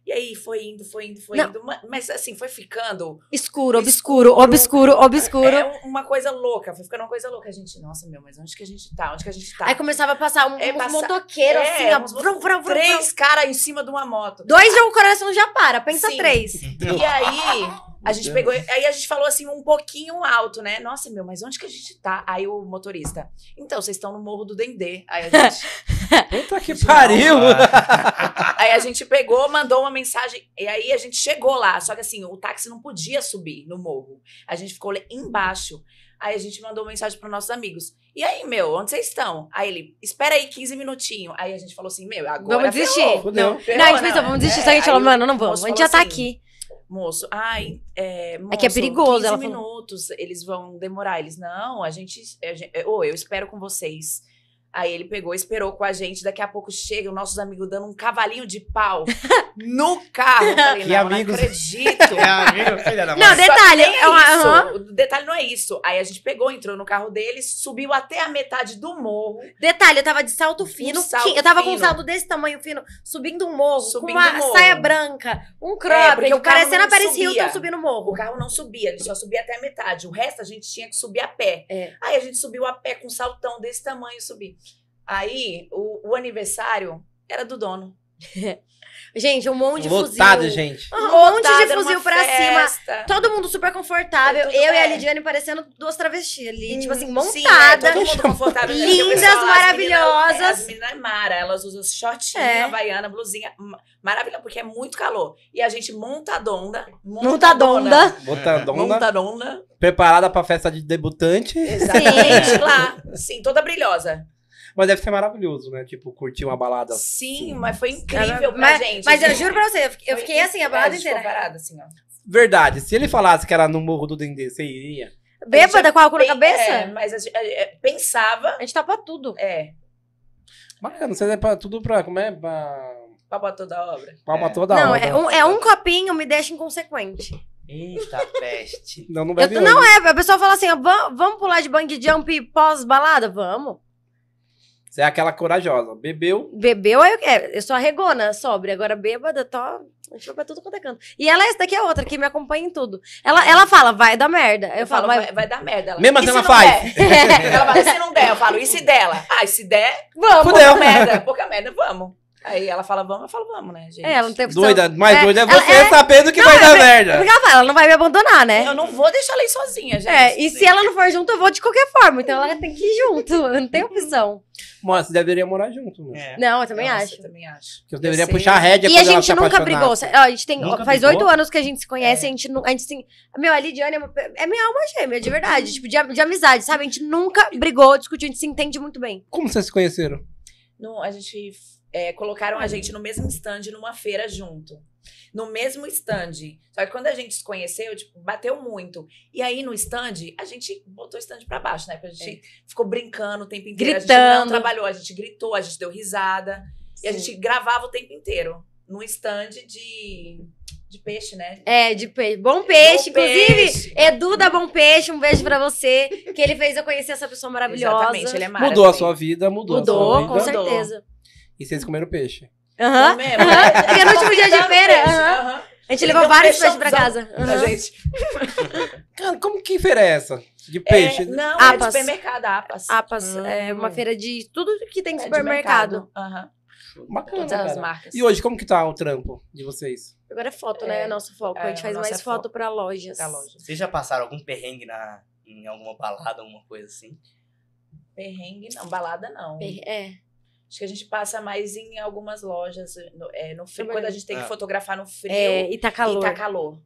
E aí foi indo, foi indo, foi
Não.
indo. ma- Mas assim, foi ficando
Escuro, obscuro, obscuro, obscuro.
é, um- uma coisa louca. Foi ficando uma coisa louca. A gente, nossa, meu, mas onde que a gente tá? Onde que a gente tá?
Aí começava a passar um,
É,
uns
passa-
motoqueiros
É,
assim, ó.
uns
vrum, vrum, vrum, vrum.
Três caras em cima de uma moto.
Dois já o coração já para, pensa
Sim. Uhum.
três.
E aí, a gente
Deus.
pegou. Aí a gente falou assim um pouquinho alto, né? Nossa, meu, mas onde que a gente tá? Aí o motorista. Então, vocês estão no Morro do Dendê. Aí a gente,
Puta que pariu!
Ah,
aí a gente pegou, mandou uma mensagem. E aí a gente chegou lá. Só que assim, o táxi não podia subir no morro. A gente ficou lá embaixo. Aí a gente mandou mensagem para nossos amigos. E aí, meu, onde vocês estão? Aí ele, espera aí 15 minutinhos. Aí a gente falou assim, meu, agora.
Vamos desistir.
ferrou.
Fudeu.
ferrou, né? É,
não, a gente pensou, vamos desistir. Só que a gente
aí
falou,
o
mano, não vamos.
moço
A gente
falou
já tá
assim,
aqui.
moço, ai, é, moço,
que é perigoso, ela falou.
minutos, eles vão demorar. Eles, não, a gente, a gen- é, ô, eu espero com vocês. Aí ele pegou, esperou com a gente, daqui a pouco chega, os nossos amigos dando um cavalinho de pau no carro. Eu Falei,
Que
não,
amigos.
não acredito.
É amigo, filha da mãe.
Não, detalhe.
Só que nem
é uma-
isso.
aham.
O detalhe não é isso. Aí a gente pegou, entrou no carro deles, subiu até a metade do morro.
Detalhe, eu tava de salto fino.
Um salto
que- eu tava com um
fino.
salto desse tamanho fino, subindo um morro,
Subindo
com uma
um morro.
saia branca, um
É,
crop,
porque
eu
o carro
parecendo a
não
Paris
subia.
Hilton subindo o
O
morro.
carro não subia, ele só subia até a metade. O resto a gente tinha que subir a pé.
É.
Aí a gente subiu a pé com um saltão desse tamanho subir. Aí o, o aniversário era do dono.
Gente, um monte de
Lotado,
fuzil.
gente.
Um monte
Lotado,
de
era uma
fuzil pra cima.
festa.
Todo mundo super confortável.
Foi tudo
eu e a
bem.
Lidiane parecendo duas travestis ali. tipo assim,
Sim, né?
montada.
Todo mundo confortável. né? Porque o
Lindas,
pessoal, as
maravilhosas.
meninas- As meninas é Mara, elas usam shortinho,
É.
havaiana, blusinha. ma- Maravilha, porque é muito calor. E a gente montadonda.
Montadonda. tá.
Botandona,
Montadonda.
preparada pra festa de debutante.
Exatamente, lá. Sim, toda brilhosa.
Mas deve ser maravilhoso, né? Tipo, curtir uma balada.
Sim, mas foi incrível pra
mas,
gente.
Mas
A
eu
gente
juro pra você, eu fiquei, eu
foi-
fiquei assim, a balada
gente ficou
inteira.
parada, assim, ó.
Verdade, se ele falasse que era no Morro do Dendê, você iria?
Bêbada com álcool na
Bem-
cabeça?
É, mas a gente- é, é, pensava,
A gente tapa tudo.
é,
Bacana, você é pra tudo pra. Como é? Pra,
Papo a toda obra.
pra
É.
toda
Não,
hora. né?
é um, é um copinho me deixa inconsequente.
Eita peste.
Não, não vai
Eu,
vir
não
hoje.
é, a pessoa fala assim, ó, "Vam- vamos pular de bang jump pós-balada? Vamos.
Você é aquela corajosa. Bebeu.
Bebeu, aí eu, é, eu sou a regona, sobre. Agora bêbada, tô, a gente vai pra tudo quanto é canto. E ela, essa daqui é outra, que me acompanha em tudo. Ela, ela fala, vai dar merda. Eu, falo,
vai,
vai... É,
vai dar merda. Ela,
Mesmo
"E
assim
se
ela
não
faz." É.
der? ela fala, e se não der? Eu falo, e se dela? Ah, e se der,
vamos.
Fudeu.
pouca merda, pouca merda, vamos. Aí ela fala, vamos, eu falo, vamos, né, gente?
É, ela não tem opção.
Doida, mais
É,
doida é
ela-
você
é-
sabendo que
Não,
vai
é
dar
pra-
merda.
Porque ela fala, ela não vai me abandonar, né?
Eu não vou deixar ela ir sozinha, gente.
É, e se ela não for junto, eu vou de qualquer forma. Então ela tem que ir junto. Eu não tenho opção.
Mano, você deveria morar junto, mano.
É.
Não, eu também
Nossa,
acho.
Eu também acho.
Porque você deveria
Eu sei.
puxar a rédea
E a
quando ela
gente
se
nunca
apaixonar.
brigou. se- ó, a gente tem.
Nunca
faz
brigou?
oito anos que a gente se conhece, a gente não. A gente assim. Meu, a Lidiane é, uma, pe- é minha alma gêmea, de verdade. Tipo, de, am- de amizade, sabe? A gente nunca brigou, discutiu, a gente se entende muito bem.
Como vocês se conheceram?
Não, a gente é, colocaram a gente no mesmo stand numa feira junto. No mesmo stand. Só que quando a gente se conheceu, tipo, bateu muito. E aí no stand, a gente botou o stand pra baixo, né? Porque a gente ficou brincando o tempo inteiro. A gente
É. Gritando.
não trabalhou, a gente gritou, a gente deu risada. E a gente gravava o tempo inteiro. Num stand de, de peixe, né?
É, de peixe. Bom peixe,
Bom
inclusive.
peixe.
Edu da Bom Peixe, um beijo pra você. Que ele fez eu conhecer essa pessoa maravilhosa.
Exatamente, ele é
Mudou a
maravilhoso.
sua vida, mudou,
Mudou,
a sua
com
vida.
certeza.
certeza.
E vocês comeram peixe.
Aham.
É mesmo?
Aham. E no último dia de
Dando
feira,
peixe,
aham.
aham.
A gente levou
Então,
vários peixes pra casa. Uhum.
fechãozão pra
Aham.
gente.
Cara, como que feira é essa? De
É,
peixe? né?
não, é de
Apas.
supermercado, Apas.
Apas,
Hum.
é uma feira de tudo que tem
É
no
de
supermercado.
mercado. Aham.
Bacana,
Todas as
cara.
marcas.
E hoje, como que tá o trampo de vocês?
Agora é foto, né?
É.
É nosso foco.
É,
a gente faz
a nossa
mais
é
foto,
foto.
pra lojas.
Da loja.
Vocês já passaram algum perrengue na, em alguma balada, alguma coisa assim?
Perrengue não, balada não.
É.
Acho que a gente passa mais em algumas lojas no, é, no frio,
Trabalhando.
quando a gente tem que
Ah.
fotografar no frio
é, e tá
e
calor.
tá calor.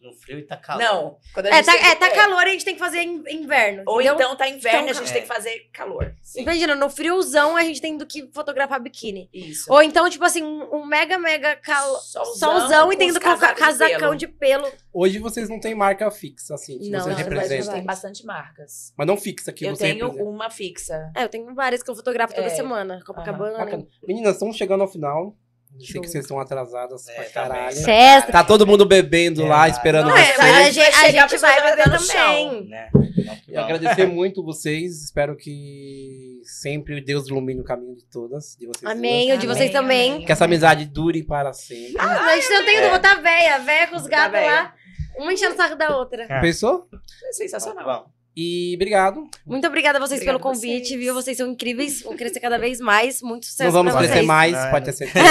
No frio e tá calor.
Não, quando a
É,
gente
tá,
tem que-
é, tá calor, a gente tem que fazer em inverno.
assim, Ou
entendeu?
então assim, tá inverno,
Então,
a gente
é.
tem que fazer calor. Sim.
Imagina, no friozão a gente tem do que fotografar biquíni.
Isso.
Ou então, tipo assim, um, um mega, mega cal... solzão, e
com
tem
os
do que colocar
casacos de
casacão
pelo.
de pelo.
Hoje vocês não têm marca fixa, assim, que
Não,
vocês
não,
mas
representa.
tem
representam.
bastante marcas.
Mas não fixa que
eu
você
tenho
representa.
uma fixa.
É, eu tenho várias que eu fotografo toda
É.
semana. Copacabana.
Bacana. Meninas, estamos chegando ao final. Sei
Show.
que vocês estão atrasadas
É,
pra
tá
caralho.
bem.
Sexta.
Tá todo mundo bebendo
É,
lá,
vai.
esperando
Não,
Nossa,
é,
vocês.
mas a gente,
vai
a
chegar, a
gente
pessoa
vai
vai
beber
dar no chão.
também.
Né?
Eu agradecer muito vocês. Espero que sempre Deus ilumine o caminho de todas. De vocês
Amém, o de
Amém,
vocês também.
amém.
duas. Que essa amizade dure para sempre.
Ah, a gente não tem onde
É.
botar véia. Véia com os
Tá
gatos
bem.
lá. Uma enchendo o saco da outra.
É.
Pensou?
É sensacional.
Bom,
E obrigado.
Muito obrigada a vocês
Obrigada
pelo
a
convite,
vocês.
viu? Vocês são incríveis. Vão crescer cada vez mais. Muito sucesso
não vamos
pra
crescer
vocês.
mais,
Não, é
pode
não.
ter certeza.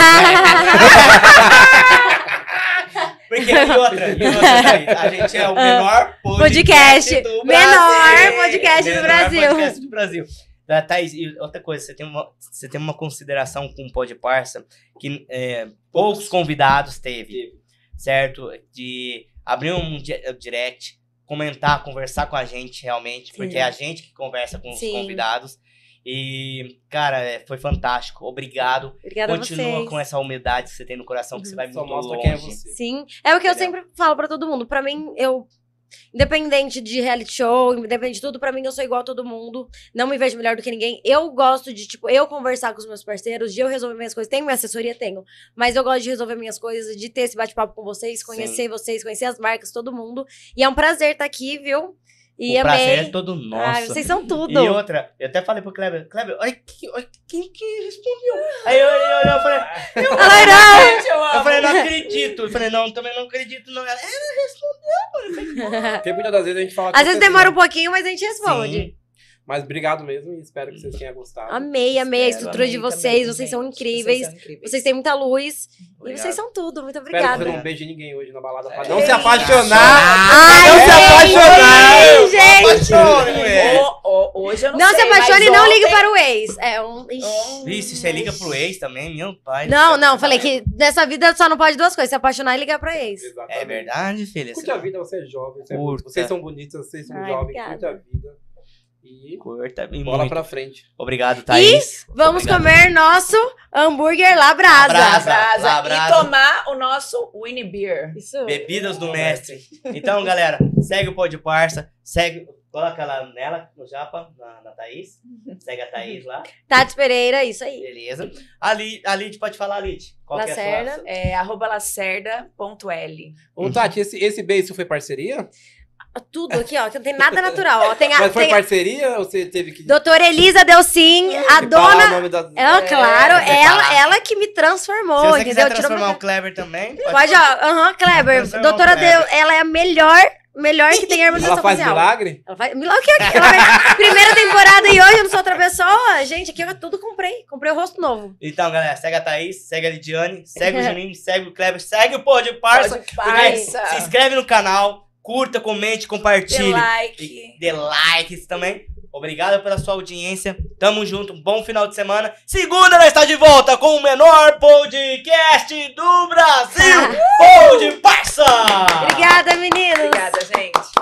Porque e outra, e outra, a gente é o menor podcast,
Ah, podcast.
do
Menor
Brasil.
podcast do
Menor
Brasil.
podcast do Brasil. Ah, Thaís, e outra coisa, você tem uma, você tem uma consideração com o Pod Parça que é, poucos convidados teve, certo? De abrir um di- direct, comentar, conversar com a gente realmente, porque
Sim.
é a gente que conversa com os
Sim.
convidados. E, cara, é, foi fantástico. Obrigado.
Obrigada a
Continua
vocês.
com essa humildade que você tem no coração, que
Uhum.
você vai muito
Só mostra
longe.
quem é você.
Sim. É o que eu
Entendeu?
sempre falo pra todo mundo. Pra mim, eu. Independente de reality show, independente de tudo, pra mim eu sou igual a todo mundo. Não me vejo melhor do que ninguém. Eu gosto de, tipo, eu conversar com os meus parceiros, de eu resolver minhas coisas. Tenho minha assessoria? Tenho. Mas eu gosto de resolver minhas coisas, de ter esse bate-papo com vocês, conhecer vocês, conhecer as marcas, todo mundo. E é um prazer estar aqui, viu? E
o prazer é
amei.
todo nosso.
Ai, vocês são tudo.
E outra, eu até falei pro Kleber, Kleber, olha, que, olha quem que respondeu. Aí eu olhei, olhei, eu falei,
Gente, eu
eu
amo.
falei, não acredito. Eu falei, não, também não acredito, não. Ela, é,
Porque muitas das vezes a gente fala com
Ah. Às vezes
vocês,
demora um
né?
pouquinho, mas a gente responde.
sim.
Mas obrigado mesmo e espero que vocês tenham gostado.
Amei, amei a
Espero,
estrutura de
amei
vocês.
também,
vocês
gente.
são incríveis.
Vocês são incríveis.
Vocês têm muita luz. E
Obrigado.
vocês são tudo. Muito
Espero que
obrigada.
você não beije ninguém hoje na balada pra
É.
não se
Ei,
apaixonar.
Ai,
Não se
gente,
apaixonar.
gente.
Apaixone, mulher.
Ho- ho- hoje eu não,
Não
sei,
se apaixone e
mas
não
ontem-
ligue para o ex. É um. Ixi.
Ontem-
Ih, se você liga pro ex também, meu pai. do
Não,
céu.
não, falei que nessa vida só não pode duas coisas: se apaixonar e ligar para ex.
Exatamente.
É verdade, filha.
Curte a vida, você é jovem. Você é-
Curta.
vocês são bonitas, vocês são
Ai,
jovens. Curte
obrigada.
a vida. E
Curta e
bola
muito.
pra frente.
Obrigado, Thaís.
Vamos
Obrigado.
comer nosso hambúrguer lá brasa.
Brasa.
Brasa,
Lá, brasa.
E tomar o nosso Winnie Beer.
Isso.
Bebidas do mestre. Então, galera, segue o Pod Parça, segue, coloca lá nela, no Japa, na, na Thaís. Segue a Thaís lá,
Tati Pereira, isso aí.
beleza. A, Li, a Lid, pode falar, Lid. Qual que é a
Lacerda.
sua?
É, arroba lacerda.l.
Ô, Tati, esse, esse beijo foi parceria?
Tudo aqui, ó, que não tem nada natural. Ó. Tem a,
Mas foi
tem a-
parceria ou você teve que
Doutora Elisa Delcim, a
que falar
dona.
o nome da...
É, claro,
tem que
ela,
falar.
ela que me transformou,
Se você
entendeu?
quiser
Tirou
transformar um
minha-
o Kleber também, pode.
Pode, ó. Aham, Kleber.
Transforma
Doutora
o Kleber.
Del, ela é a melhor, melhor que tem a harmonização
Ela faz
facial.
milagre?
Ela faz milagre. O que é que? Ela vai- Primeira temporada e hoje eu não sou outra pessoa. Gente, aqui eu tudo comprei. Comprei o rosto novo.
Então, galera, segue a Thaís, segue a Lidiane, segue o Juninho, segue o Kleber, segue o Pô de Parça.
Pode,
porque
parça.
Se inscreve no canal, curta, comente,
Dê
compartilhe.
like.
E Dê likes também. Obrigado pela sua audiência. Tamo junto. Um bom final de semana. Segunda nós está de volta com o menor
Ah.
podcast do Brasil. Pod Parça!
Obrigada, meninos.
Obrigada, gente.